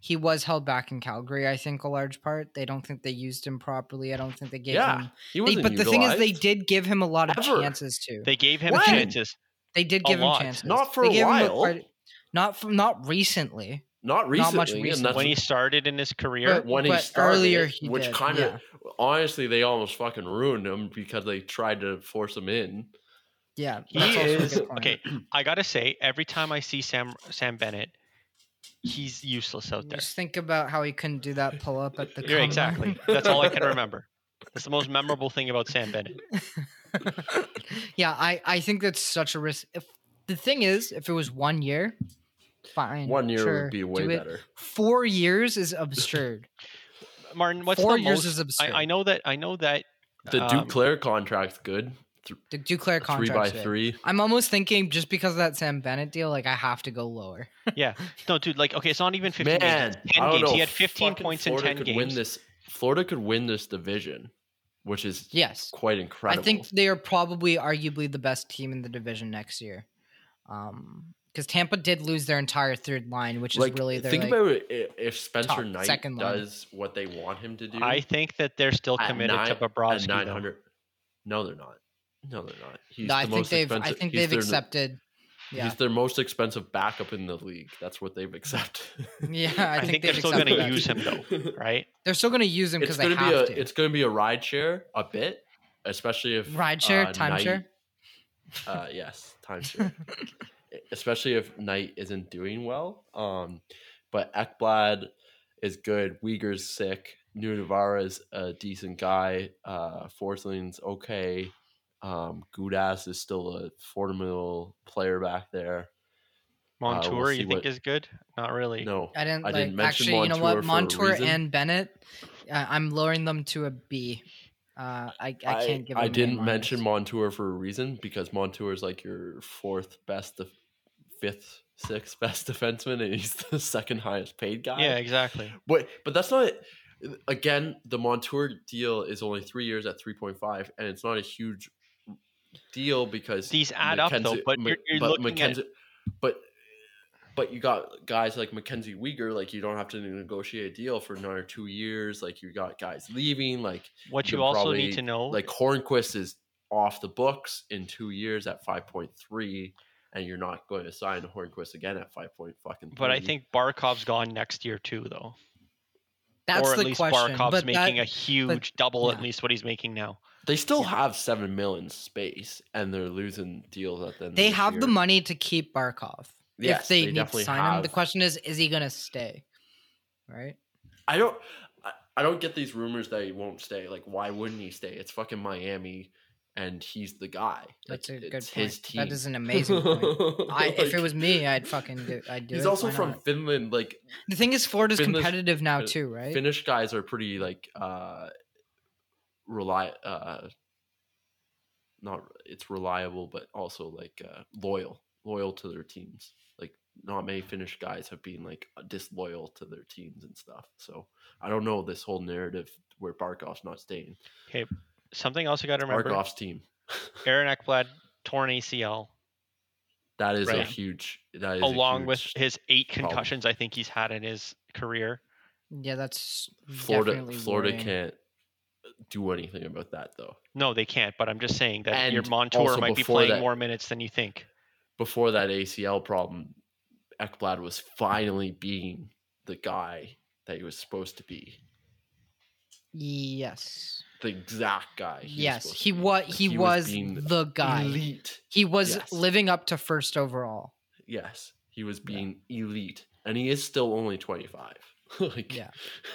he was held back in Calgary, I think, a large part. They don't think they used him properly. I don't think they gave
Yeah,
him.
he
They,
wasn't
but the thing is, they
utilized.
did give him a lot of
Ever.
chances too. They,
They gave him
When?
chances.
did
a
give him
lot.
chances.
Not for
They
a
gave him
while.
quite- not for, not recently.
not
not
recently.
much
and
recently.
that's
When he started in his career,
But-
when he started,
earlier he
which
did,
kind
yeah.
of honestly, they almost fucking ruined him because they tried to force him in.
Yeah,
He
that's also a
is
good point.
okay. I gotta say, every time I see Sam Sam Bennett, he's useless out there.
Just think about how he couldn't do that pull up at the.
Yeah,
combine.
exactly. That's all I can remember. That's the most memorable thing about Sam Bennett.
yeah, I I think that's such a risk. If the thing is, if it was one year, fine.
One year
sure,
would be
do
way
it.
better.
Four years is absurd.
Martin, what's
Four
the
years
most?
is absurd.
I, I know that. I know that.
The
um,
Duclair contract's good. Th-
The Duclair
three
contract.
by three.
I'm almost thinking just because of that Sam Bennett deal, like I have to go lower.
Yeah. No, dude. Like, okay, it's not even 15
Man,
games. it's
I
10
don't
games.
know.
He had 15
Fucking
points
Florida
in 10
could
games.
Win this, Florida could win this division, which is
Yes,
quite incredible.
I think they are probably arguably the best team in the division next year. Um, because Tampa did lose their entire third line, which is
like,
really their
think
like,
about it, i- if Spencer
top
Knight
second line.
does what they want him to do.
I think that they're still
at
committed to
nine- at
Bobrovsky. though.
900. No, they're not. No, they're not. He's
I
the
think
most
they've I
expensive-
think
he's
they've
their-
accepted. Yeah,
He's their most expensive backup in the league. That's what they've accepted.
yeah. I,
I
think,
think
they've
they're still
accepted
gonna
that.
use him, though. Right?
They're still going to use him because
It's
they
going to
have
be a
to.
it's going to be a ride share a bit, especially if
Ride share,
uh,
timeshare.
Knight- Uh, yes, timeshare. especially if Knight isn't doing well. Um, but Ekblad is good. Uyghur's sick. New Navarra's a decent guy. Uh, Forsling's okay. Um, Gudas is still a formidable player back there. we'll
Montour,
see
you think
what-
is good? Not really.
No,
I didn't
I
like
didn't mention
actually. you know what,
Montour for a
Montour
reason.
and Bennett, uh, I'm lowering them to a B. Uh, I, I can't give.
I
them an A
didn't
minus.
mention Montour for a reason because Montour is like your fourth best, def- fifth, sixth best defenseman, and he's the second highest paid guy.
Yeah, exactly.
But but that's not. Again, the Montour deal is only three years at three point five, and it's not a huge deal because
These add up, though,
Mackenzie-
but
Ma-
you're- you're looking at-
Mackenzie- but but you got guys like Mackenzie Weger, like you don't have to negotiate a deal for another two years. Like you got guys leaving, like
What you,
you can
also
probably,
need to know,
like Hornquist is off the books in two years at five point three, and you're not going to sign Hornquist again at five point fucking.
but I
three.
think Barkov's gone next year too, though.
That's
or at
the
least
question.
Barkov's
but
making
that,
a huge double, at
yeah.
least what he's making now.
they still have seven million space, and they're losing deals at the end. of
They
this
have the
year.
money to keep Barkov
Yes,
if they, need
they
to
definitely
sign him. The
have.
question is, is he going to stay? Right.
I don't. I, I don't get these rumors that he won't stay. Like, why wouldn't he stay? It's fucking Miami, and he's the guy.
That's
like,
a good
it's
point.
His team.
That is an amazing point. I, if it
Like,
was me, I'd fucking do. I'd do
He's
it.
also
Why
from
not?
Finland. Like
The thing is, Florida's
Finnish-
competitive now
Fin-
too, right?
Finnish guys are pretty like uh rely uh not it's reliable but also like uh loyal loyal to their teams like not many Finnish guys have been like disloyal to their teams and stuff so I don't know this whole narrative where Barkov's not staying
Okay. Something else you got to remember:
Barkov's team
Aaron Ekblad torn ACL,
that is a
Right.
huge that is a
along with
huge-
his eight
problem.
concussions I think he's had in his career.
yeah, that's
Florida
definitely
Florida
worrying.
can't do anything about that though
No, they can't. But I'm just saying that your
And
Montour
also
might be
before
playing
that-
more minutes than you think.
before that ACL problem, Ekblad was finally being the guy that he was supposed to be.
Yes.
The exact guy. was
yes,
supposed
he
to be.
was
Like,
he, was
being
the guy.
Elite.
He was
Yes.
living up to first overall.
Yes. He was being elite. And he is still only 25. like,
Yeah.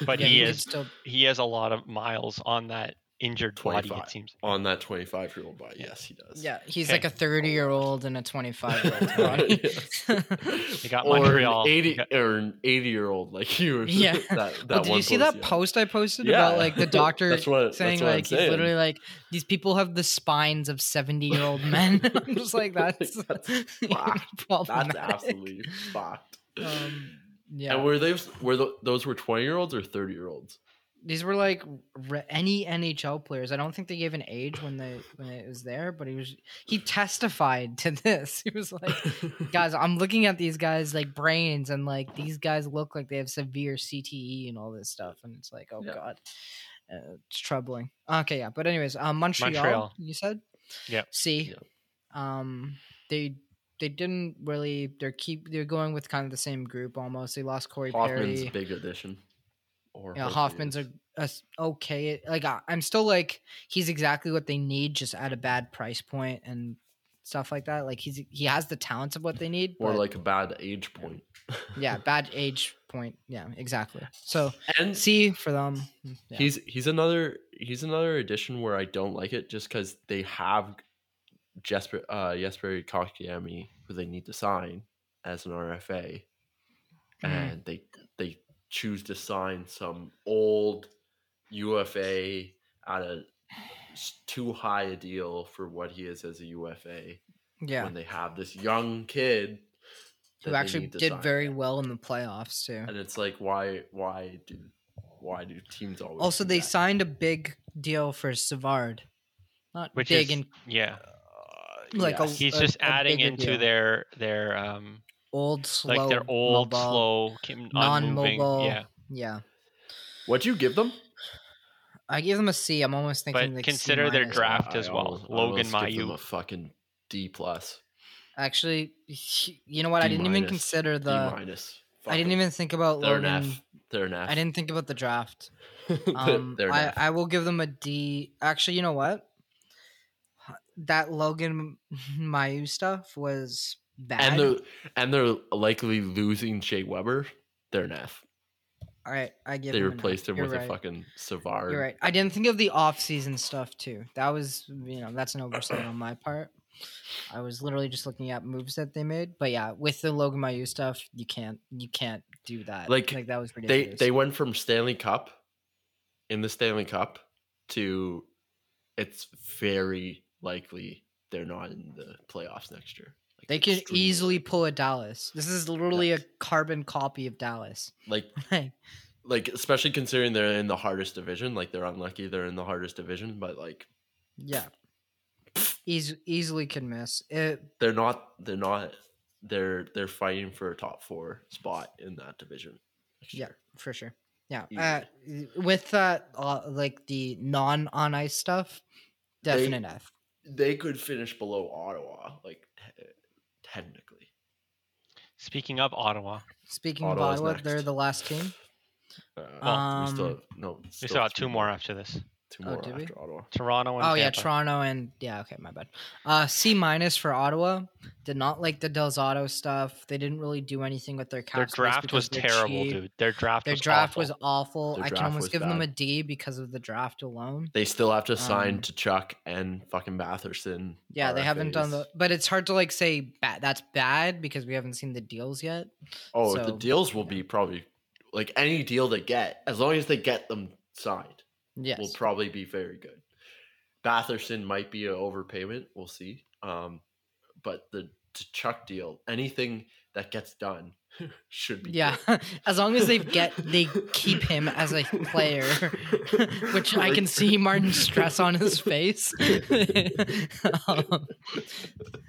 But
Yeah,
he
you could
is
still
he has a lot of miles on that injured body.
25.
It seems.
On that 25 year old body. Yes, he does.
Yeah, he's
Okay.
like a 30 year old and a 25 year old.
They got
Or an
Montreal. They
80,
got-
or an 80 year old like you.
Yeah.
that, that
Well, Oh, did
one
you see
post,
that
yeah.
post I posted
Yeah.
about like the doctor
That's what- that's
saying
what I'm
like he's
saying.
literally like these people have the spines of 70 year old men? I'm just like
Like,
that's,
that's
you know,
fucked. That's
problematic.
absolutely fucked.
Um, yeah.
And were those were tho- those were twenty year olds or thirty year olds?
These were like re- any NHL players. I don't think they gave an age when they when it was there, but he was he testified to this. He was like, guys, I'm looking at these guys like brains, and like these guys look like they have severe CTE and all this stuff, and it's like, oh
Yeah.
god, uh, it's troubling. Okay, yeah, but anyways, um, Montreal,
Montreal.
you said,
Yep.
See,
Yep.
um, they they didn't really. They're keep they're going with kind of the same group almost. They lost Corey
Hoffman's
Perry.
a big addition. Or
Yeah,
hopefully
Hoffman's a,
is.
a s- okay. Like I, I'm still like he's exactly what they need, just at a bad price point and stuff like that. Like he's he has the talents of what they need.
or
but
like a bad age point.
yeah, bad age point. Yeah, exactly. So
and
C for them. yeah.
He's he's another he's another addition where I don't like it just because they have Jesper uh Jesper Kotkaniemi who they need to sign as an RFA,
Mhm.
and they they choose to sign some old UFA at a s- too high a deal for what he is as a UFA
yeah,
when they have this young kid that
who
they
actually
need to
did
sign.
very well in the playoffs too.
and it's like why why do why do teams always
Also,
do
they
that?
signed a big deal for Savard. Not
Which
big
is-
and
Yeah.
Uh,
Like a-
He's
a-
just
a
adding
bigger
into
deal.
their their um
old, slow,
like their old
mobile.
slow kim- non-moving.
non-mobile.
Yeah.
Yeah,
What'd you give them?
I gave them a C. I'm almost thinking.
But
like C
consider their
minus, but-
draft as well.
almost- I
Logan
almost give them
Mayu.
a fucking D plus,
Actually, you know what? I I
D
didn't even
minus,
consider
D
the.
minus.
I didn't even think about
They're an
Logan.
F. They're an F.
I didn't think about the draft.
They're-
Um,
they're an
I,
F.
I will give them a D. Actually, you know what? That Logan Mayu stuff was bad.
and they're and they're likely losing Shea Weber. They're an F.
All right, I give
They
him an F.
replaced him
You're
with a
right.
fucking Savard.
You're right. I didn't think of the off-season stuff too. That was, you know, that's an oversight on my part. I was literally just looking at moves that they made, but yeah, with the Logan Mayu stuff, you can't, you can't do that.
Like,
like that was
They
ridiculous.
they went from Stanley Cup in the Stanley Cup to it's very likely they're not in the playoffs next year. Like,
They can
extremely
easily
likely.
pull a Dallas. This is literally a carbon copy of Dallas.
like
Like,
like especially considering they're in the hardest division like they're unlucky they're in the hardest division but like
yeah, Eas- easily can miss. Eh, It,
they're not they're not they're they're fighting for a top four spot in that division next
Yeah,
year.
for sure. Yeah.
Easily.
Uh, with that, uh, like the non on ice stuff,
They-
definite F.
they could finish below ottawa like te- technically
Speaking of Ottawa,
Speaking
Ottawa's
of Ottawa, they're
next.
the last team.
uh, we
Um,
still have, no
we still have
three
two more after this.
two
Oh,
more
do we?
after ottawa
Toronto and
Oh yeah,
Tampa.
Toronto and yeah. Okay, my bad. Uh, C minus for Ottawa. Did not like the Del Zotto stuff. They didn't really do anything with their cap
Their
space
draft was
because they're
terrible,
cheap.
dude. Their draft
Their
was
draft
awful.
was awful.
Their
I can
draft
almost
was
give them a
bad.
D because of the draft alone.
they still have to sign
Um,
to chuck and fucking batherson
Yeah, they haven't done
RFAs.
the. But it's hard to like say ba- that's bad because we haven't seen the deals yet.
oh the
so,
deals will
yeah.
be probably like any deal they get as long as they get them signed
Yes.
will probably be very good. Batherson might be an overpayment. We'll see. Um, but the t- Chuck deal, anything that gets done should be.
yeah, as long as they get they keep him as a player, which I can see Martin stress on his face. Um,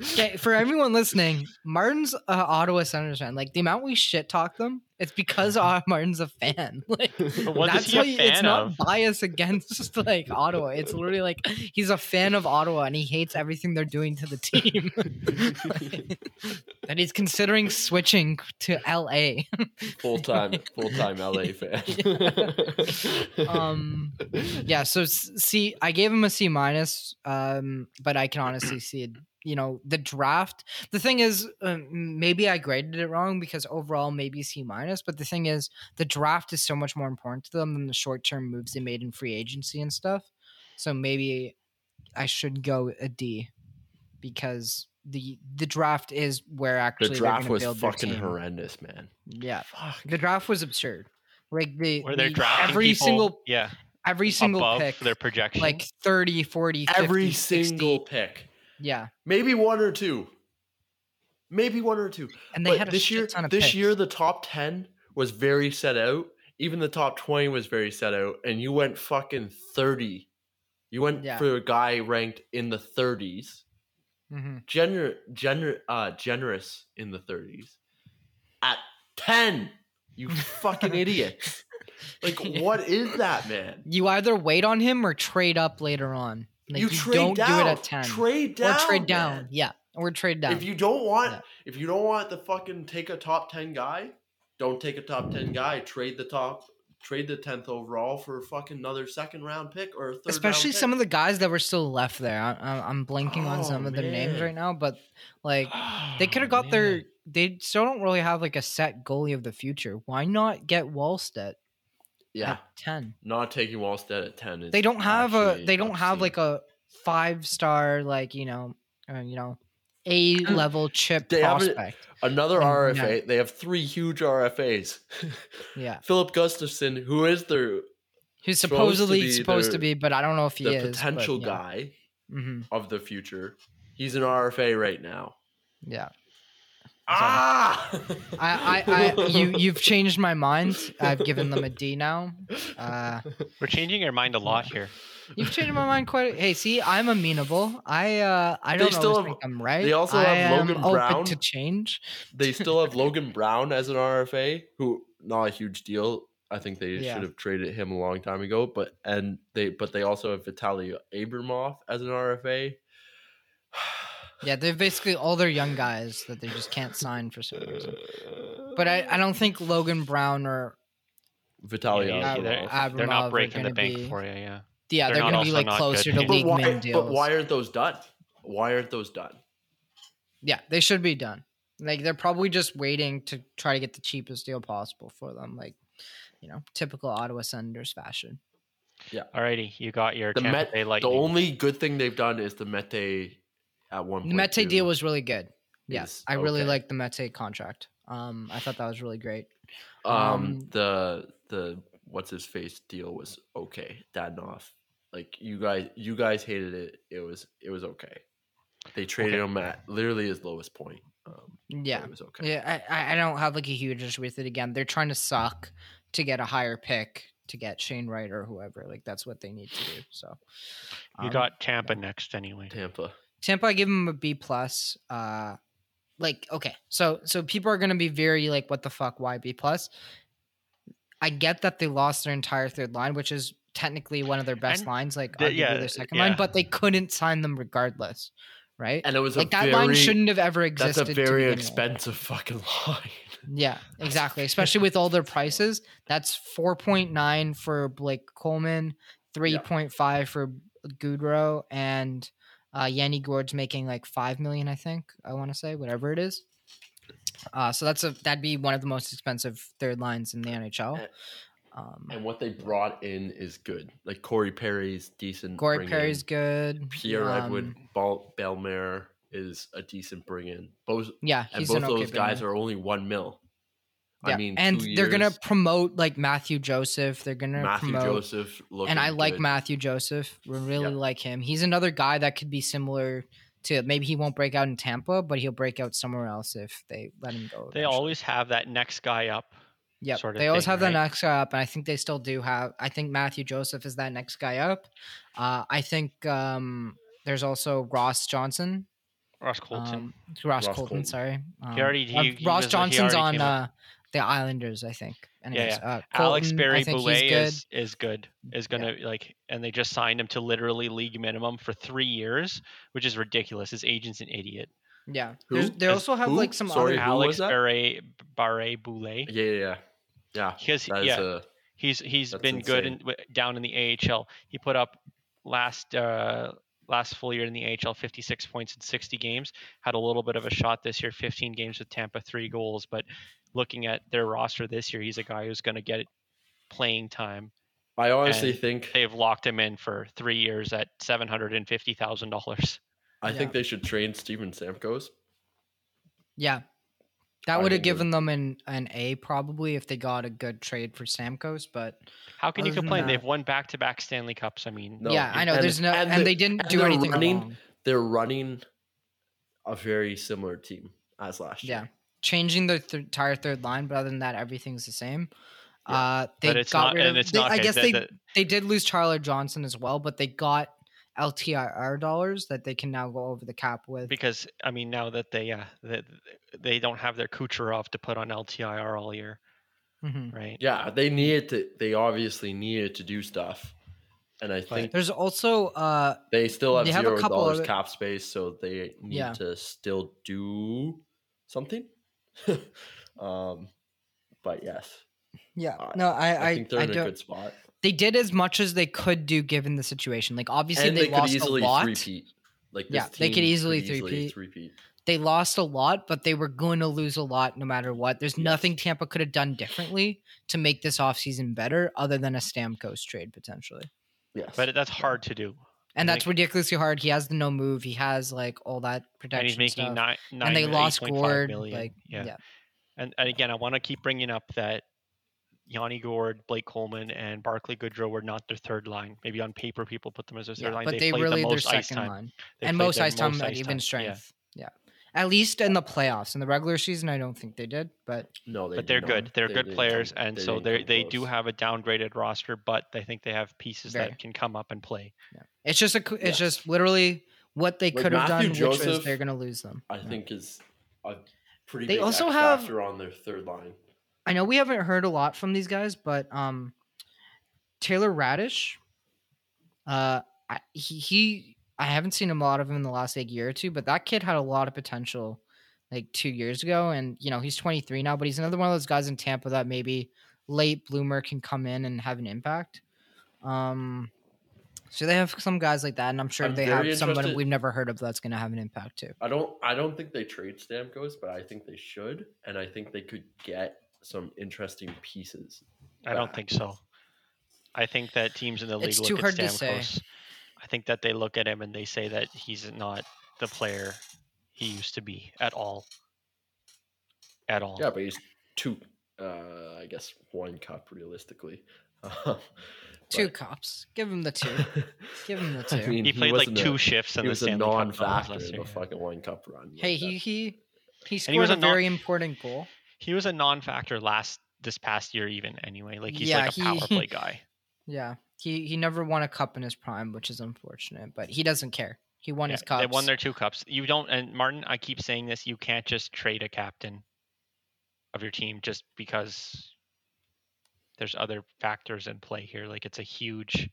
okay, for everyone listening, Martin's uh, Ottawa Senators fan. Like the amount we shit talk them, it's because uh, Martin's a fan. Like
Uh-huh. What is
that's
he
why
a fan
it's not
of?
bias against like Ottawa. It's literally like he's a fan of Ottawa and he hates everything they're doing to the team. that he's considering switching to LA.
full time, full time LA fan.
Um, yeah. So s- C, I gave him a C minus, um, but I can honestly see it. You know, the draft. The thing is, um, maybe I graded it wrong because overall maybe C minus. But the thing is, the draft is so much more important to them than the short term moves they made in free agency and stuff. So maybe I should go a D because the the draft is where
the
actually they're
draft
gonna
was
build their
fucking
team.
horrendous, man.
Yeah,
Fuck.
the draft was absurd. Like the,
where they're
the-
drafting
every
people,
single
yeah
every single
above
pick
their projection.
like 30 40
Every
50, 60.
single pick,
yeah
maybe one or two, maybe one or two.
and they
But
had a
this
shit
year.
ton of
this
picks.
year, the top ten was very set out, even the top 20 was very set out, and you went fucking 30. You went
Yeah.
for a guy ranked in the 30s,
Mm-hmm.
hmm
gener- gener- uh, generous in the 30s, at 10. You fucking idiot. Like, what is that, man?
You either wait on him or trade up later on. Like, you, don't do it at ten.
Trade
or
down.
trade down.
man.
Yeah, or trade down.
If you don't want,
Yeah.
if you don't want the fucking take a top ten guy, don't take a top ten guy. Trade the top, trade the tenth overall for fucking another second round pick or a third.
Especially some of the guys that were still left there. I, I, I'm blanking on
Oh,
some of their names
man.
right now, but like they could have got their. They still don't really have like a set goalie of the future. Why not get Wallstedt
yeah.
at ten?
Not taking Wallstead at ten. Is
They don't have a.
actually
They don't have
obscene.
like a five star like you know, uh, you know, A level chip
Mm. They haven't-
prospect.
another
No.
RFA. They have three huge RFAs.
Oh, Yeah,
Philip Gustafson, who is their
who's
supposed to
supposedly
be
supposed
their-
to be, but I don't know if he
the
is but,
potential
yeah.
guy
Mhm,
of the future, he's an RFA right now.
yeah.
Ah,
I, I, I you, you've changed my mind. I've given them a D now. Uh,
We're changing your mind a lot here.
you've changed my mind quite. Hey, see, I'm amenable. I, uh, I
They
don't
still
always
have-
think I'm right.
they also
I
have
am
Logan
open
Brown.
to change.
they still have Logan Brown as an RFA, who not a huge deal. I think they
Yeah.
should have traded him a long time ago. But and they but they also have Vitaly Abramov as an RFA.
Yeah, they're basically all their young guys that they just can't sign for some reason. But I, I don't think Logan Brown or
Vitaly
Yeah, yeah,
Abramov.
they're,
Abramov.
they're
Abramov are
not breaking the
gonna
bank
be-
for you. Yeah,
yeah,
They're
they're,
not
gonna be
also
like
not good
closer to
teams.
But
league
why,
minimum
but
deals.
why aren't those done? Why aren't those done?
Yeah, they should be done. Like they're probably just waiting to try to get the cheapest deal possible for them. Like, you know, typical Ottawa Senators fashion.
Alrighty, you got your
The
Tampa
Met-
Bay
The
Lightning.
only good thing they've done is the Mete at one
The Mete deal was really good.
is
Yes, I really
okay.
liked the Mete contract. Um, I thought that was really great.
um,
um,
the the what's his face deal was okay. Dadnoff. Like you guys you guys hated it. It was it was okay. They traded
Okay.
him at literally his lowest point. Um but
Yeah,
it was okay.
yeah. I- I, I don't have like a huge issue with it. Again, they're trying to suck to get a higher pick to get Shane Wright or whoever. Like that's what they need to do. So
you
um,
got Tampa next anyway.
Tampa.
Tampa, I give them a B plus. Uh, like okay, so so people are gonna be very like, what the fuck? Why B plus? I get that they lost their entire third line, which is technically one of their best
And
lines, like
the-
arguably
yeah,
their second
yeah.
line, but they couldn't sign them regardless, right?
And it was
like
a
that
very,
line shouldn't have ever
that's
existed. to
a very
begin with.
expensive fucking line.
Yeah, exactly. Especially with all their prices, that's four point nine for Blake Coleman, three point five for Goodrow, and uh, Yanni Gord's making like five million, I think. I want to say whatever it is. Uh, so that's a that'd be one of the most expensive third lines in the NHL. Um,
And what they brought in is good. Like Corey Perry's decent.
Corey
bring
Perry's
in.
good.
Pierre Edward
um,
Bal- Belmare is a decent bring in. Both
Yeah,
and
he's
both
an okay
those guys
big man.
are only one mil.
Yeah,
I mean,
and
two
they're gonna
years,
promote like Matthew Joseph. They're gonna
Matthew
promote
Joseph look,
and I like Matthew Joseph. We really
Yeah.
like him. He's another guy that could be similar to maybe he won't break out in Tampa, but he'll break out somewhere else if they let him go.
They
eventually.
always have that next guy up.
Yep.
sort of
they always
thing,
have
right?
the next guy up, and I think they still do have. I think Matthew Joseph is that next guy up. Uh, I think um, there's also Ross Johnson.
Ross Colton.
Um, Ross,
Ross
Colton,
Colton.
sorry. Um,
already-
uh,
he- he
Ross
was- he
Johnson's
already
on
came up.
uh, the Islanders, I think. Anyways, Uh,
Alex
Colton,
Berry
I think he's
Boulet
good. Mm,
is is good. Is gonna like, and they just signed him to literally league minimum for three years, which is ridiculous. His agent's an idiot.
Yeah.
Who?
There's- They
As-
also have
who?
like some
Sorry,
other
who was
Alex
that?
Barre Barre Boulet.
Yeah, yeah, yeah. yeah.
Because
That is
yeah,
a-
he's he's
that's
been good in,
insane.
w- down in the AHL. He put up last uh, last full year in the AHL, 56 points in 60 games. Had a little bit of a shot this year, 15 games with Tampa, three goals. But looking at their roster this year, he's a guy who's going to get playing time.
I honestly
and
think
They've locked him in for three years at seven hundred and fifty thousand dollars.
I think
Yeah.
they should train Steven Samkos.
Yeah.
I
That would have
think it would-
given them an, an A probably if they got a good trade for Samkos, but
How can you
Other than
complain?
that-
They've won back to back Stanley Cups. I mean,
No,
yeah, I know
and-
there's no
and
and,
the-
they didn't
and
do
they're
anything
running-
wrong.
They're running a very similar team as last
Yeah,
year.
changing the th- entire third line, but other than that, everything's the same. Uh, they
but it's
got
not,
rid of.
and it's
they-
not.
I
good
guess
that-
they
that-
they did lose Tyler Johnson as well, but they got LTIR dollars that they can now go over the cap with.
because I mean now that they yeah that they don't have their Kucherov to put on LTIR all year,
Mhm.
right?
Yeah, they needed to. They obviously needed to do stuff, and I think
There's also uh,
they still have
they have a
zero
couple
dollars
other-
cap space, so they need
Yeah.
to still do something. um, but yes,
yeah
I-
no I I,
I, think they're
I
in a
don't
good spot,
they did as much as they could do given the situation. Like obviously
and
they,
they, could
lost
easily
a lot.
three-peat. Like
Yeah,
this
they could
team
easily three-peat.
three-peat.
They lost a lot, but they were going to lose a lot no matter what. There's nothing Tampa could have done differently to make this offseason better other than a Stamkos trade potentially.
Yes,
But that's hard to do.
And that's
Like-
ridiculously hard. He has the no move. He has like all that protection
And he's making
stuff.
nine, nine uh,
and they
or
lost
8.5
Gord.
million.
Like yeah.
And, and again, I want to keep bringing up that Yanni Gord, Blake Coleman, and Barclay Goodrow were not their third line. Maybe on paper, people put them as their
Yeah,
third line.
but they,
played
really
the
their
most ice
second
time.
line
They
and
played
most
their
ice time
most
at
ice
even
time. Yeah.
strength. Yeah. at least in the playoffs. In the regular season, I don't think they did, but
no, they
but
did
they're
not.
good. They're
They
good
didn't
players,
come-
and so
didn't
they
come
they do
close.
have a downgraded roster, but I think they have pieces
Very.
that can come up and play.
it's just a co- it's
Yeah.
just literally what they
Like
could have done,
Matthew
which is
Joseph,
they're going to lose them.
I
Yeah.
think is a pretty.
They
big
also
X
have-
factor on their third line.
I know we haven't heard a lot from these guys, but um, Taylor Radish, uh, I, he, he I haven't seen him a lot of him in the last like year or two, but that kid had a lot of potential like two years ago, and you know he's 23 now, but he's another one of those guys in Tampa that maybe late bloomer can come in and have an impact. Um, so they have some guys like that, and I'm sure
I'm
they have
very
someone
interested-
we've never heard of that's going to have an impact too.
I don't I don't think they trade Stamkos, but I think they should, and I think they could get some interesting pieces.
I don't
back.
think so. I think that teams in the league
It's
look
too
at
hard to say.
Stamkos. I think that they look at him and they say that he's not the player he used to be at all. At all.
Yeah, but he's two. Uh, I guess one cup realistically.
Two
But-
cops, give him the two. Give him the
I
two.
mean,
he played like
wasn't a-
two shifts in
He
the
was a
Stanley Cup finals
non-factor
last
in
year.
the fucking one cup run.
Hey,
like
he
that.
he he scored
he was
a,
a non-
very important goal.
He was a non-factor last this past year even anyway. Like he's
Yeah,
like a
he-
power play guy.
Yeah, he he never won a cup in his prime, which is unfortunate. But he doesn't care. He won
Yeah,
his cups.
They won their two cups. You don't and Martin, I keep saying this, you can't just trade a captain of your team just because there's other factors in play here. Like it's a huge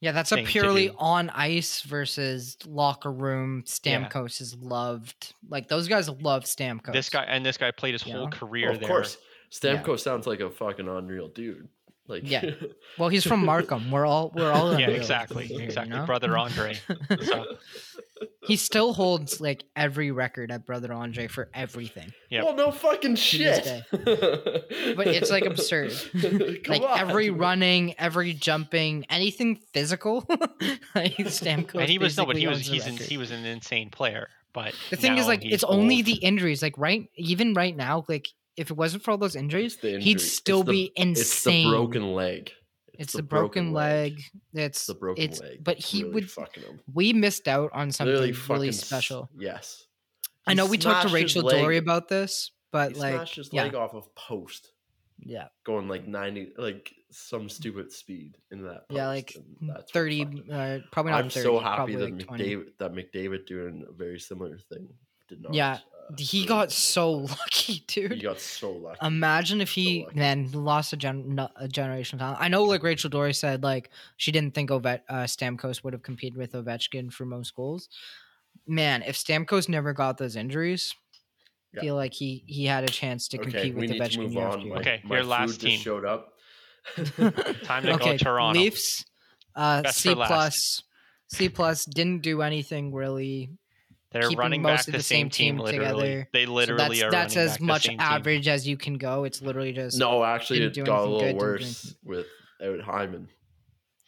yeah, that's a
thing to
purely
do.
on ice versus locker room. Stamkos is loved. Like those guys love Stamkos.
This guy and this guy played his
Yeah.
whole career
Well, of
there.
course, Stamkos sounds like a fucking unreal dude. Like,
Yeah. Well, he's from Markham. We're all we're all
Yeah,
unreal
exactly,
here, you
exactly.
know?
Brother Andre. So,
He still holds like every record at Brother Andre for everything.
Yep.
Well, no fucking
this
shit. but
it's, like, absurd. like every running, every jumping, anything physical. like Stamkos.
and he was no, but
basically
he was
owns the
he's an,
record.
he was an insane player. But
The thing is,
now
like,
he's
it's only
old.
the injuries. Like, right, even right now, like, if it wasn't for all those injuries,
the injury.
he'd
It's
still
the-
be
It's the
insane.
broken leg.
It's the broken leg. It's
It's the broken
it's-
leg.
But he
Really
would.
fucking him.
We missed out on something
Literally
really,
fucking s-
special.
Yes.
I
He
know we talked
smashed
to
his
Rachel
leg-
Dory about this, but
he
like,
smashed his
yeah,
leg off of post,
yeah,
going like ninety, like some stupid speed in that.
yeah,
post,
like
and that's what
thirty.
fucked him.
Uh, probably not
I'm
30,
so happy
probably
that
like 20.
McDavid that McDavid doing a very similar thing did not.
Yeah,
uh,
He
really
got
do
so
that.
lucky, dude.
He got so lucky.
Imagine if he
lucky.
man lost a gen no- a generation of talent. I know, like Rachel Dory said, like she didn't think Ove- uh, Stamkos would have competed with Ovechkin for most goals. Man, if Stamkos never got those injuries, I
Yeah.
feel like he he had a chance to compete with Ovechkin year after year.
My-
Okay,
my
your last
food
team.
just showed up.
Time to go Toronto.
Leafs, uh,
Best
C
for last.
plus, C plus didn't do anything really.
They're
keeping
running
most
back
of
the,
the
same
same
team,
team
literally.
together.
They
So
literally
that's
are
that's
running
as
back the
much
same team.
average as you can go. It's literally just
No, actually,
Didn't do
it got a
anything
little
good, didn't do
worse without Hyman.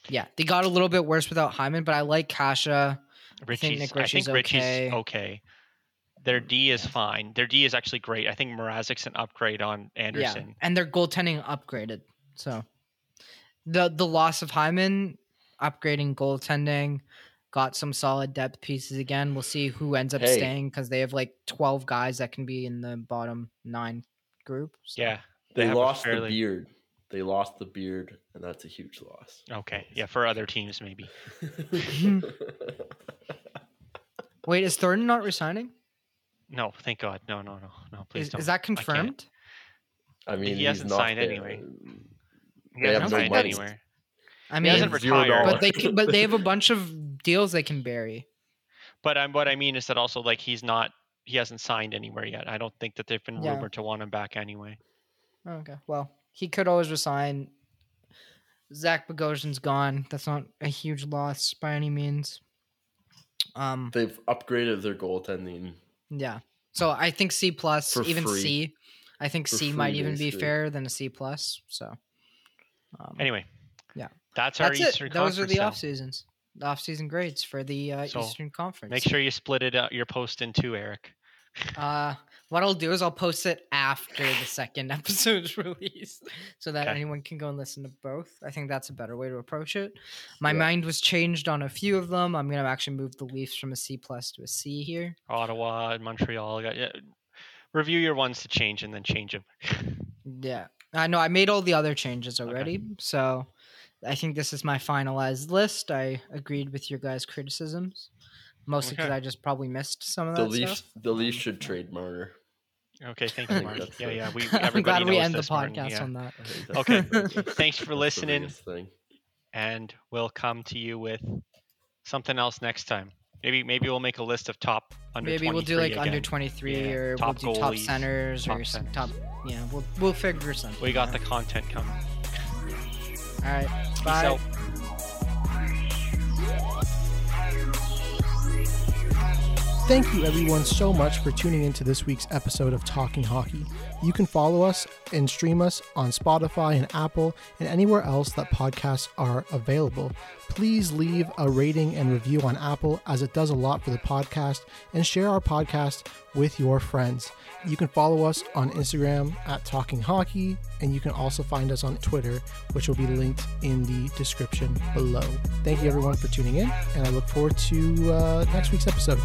yeah. They got a little bit worse without Hyman, but I like Kasha. think
Richie's,
Nick
I
Richie's
think Richie's
okay. Mm,
okay. Their D is fine. Their D is actually great. I think Mrazek's an upgrade on Anderson.
Yeah, and their goaltending upgraded. So the the loss of Hyman, upgrading goaltending, got some solid depth pieces again. We'll see who ends up
Hey.
staying because they have like twelve guys that can be in the bottom nine group. So.
Yeah, They
They
have a
lost
fairly-
the beard. They lost the beard, and that's a huge loss.
Okay. Yeah, for other teams maybe.
Wait, is Thornton not resigning?
No, thank God. No, no, no, no. Please
Is,
don't.
is that
can't.
confirmed?
I mean,
He
he's
hasn't
not
signed
there.
anyway. He
They have
hasn't
no
signed
money.
anywhere.
I
He hasn't
mean,
re- Zero
retired.
dollars.
but they can, but they have a bunch of deals they can bury.
But I'm, what I mean is that also like he's not he hasn't signed anywhere yet. I don't think that they've been
Yeah.
rumored to want him back anyway.
Okay. Well, he could always resign. Zach Bogosian's gone. That's not a huge loss by any means. Um.
They've upgraded their goaltending.
Yeah. So I think C plus,
For
even
free.
C. I think
For
C might
free,
even be
basically.
fairer than a C plus. So. Um,
Anyway.
Yeah.
That's our
that's
Eastern
it. Those are
Conference
the
now.
off seasons. The off season grades for the uh,
So,
Eastern Conference.
Make sure you split it uh, your post in two, Eric.
Uh, what I'll do is I'll post it after the second episode's released so that
Okay.
anyone can go and listen to both. I think that's a better way to approach it. My
Yeah.
mind was changed on a few of them. I'm going to actually move the Leafs from a C plus to a C here.
Ottawa and Montreal. Got, yeah. Review your ones to change and then change them.
Yeah. I know I made all the other changes already. So I think this is my finalized list. I agreed with your guys' criticisms. Mostly because
Okay.
I just probably missed some of
The
that
Leafs,
stuff.
the Leafs should trade Marner.
Okay, thank
I
you,
think
Mark.
that's
Yeah,
the-
yeah. We,
I'm
everybody
glad we
knows
end the
this, Martin,
podcast
yeah.
on that.
I think that's
Okay.
the biggest-
Thanks for
that's the
listening,
biggest thing.
and we'll come to you with something else next time. Maybe maybe we'll make a list of top under.
Maybe we'll do like
23
under
again.
23
Yeah,
or
top
we'll do top
goalies,
centers
top
or s-
centers.
top. Yeah, we'll we'll figure something.
We got the
out.
content coming.
All right.
Peace
Bye.
out.
Thank you, everyone, so much for tuning into this week's episode of Talking Hockey. You can follow us and stream us on Spotify and Apple and anywhere else that podcasts are available. Please leave a rating and review on Apple as it does a lot for the podcast and share our podcast with your friends. You can follow us on Instagram at Talking Hockey and you can also find us on Twitter, which will be linked in the description below. Thank you, everyone, for tuning in, and I look forward to uh, next week's episode.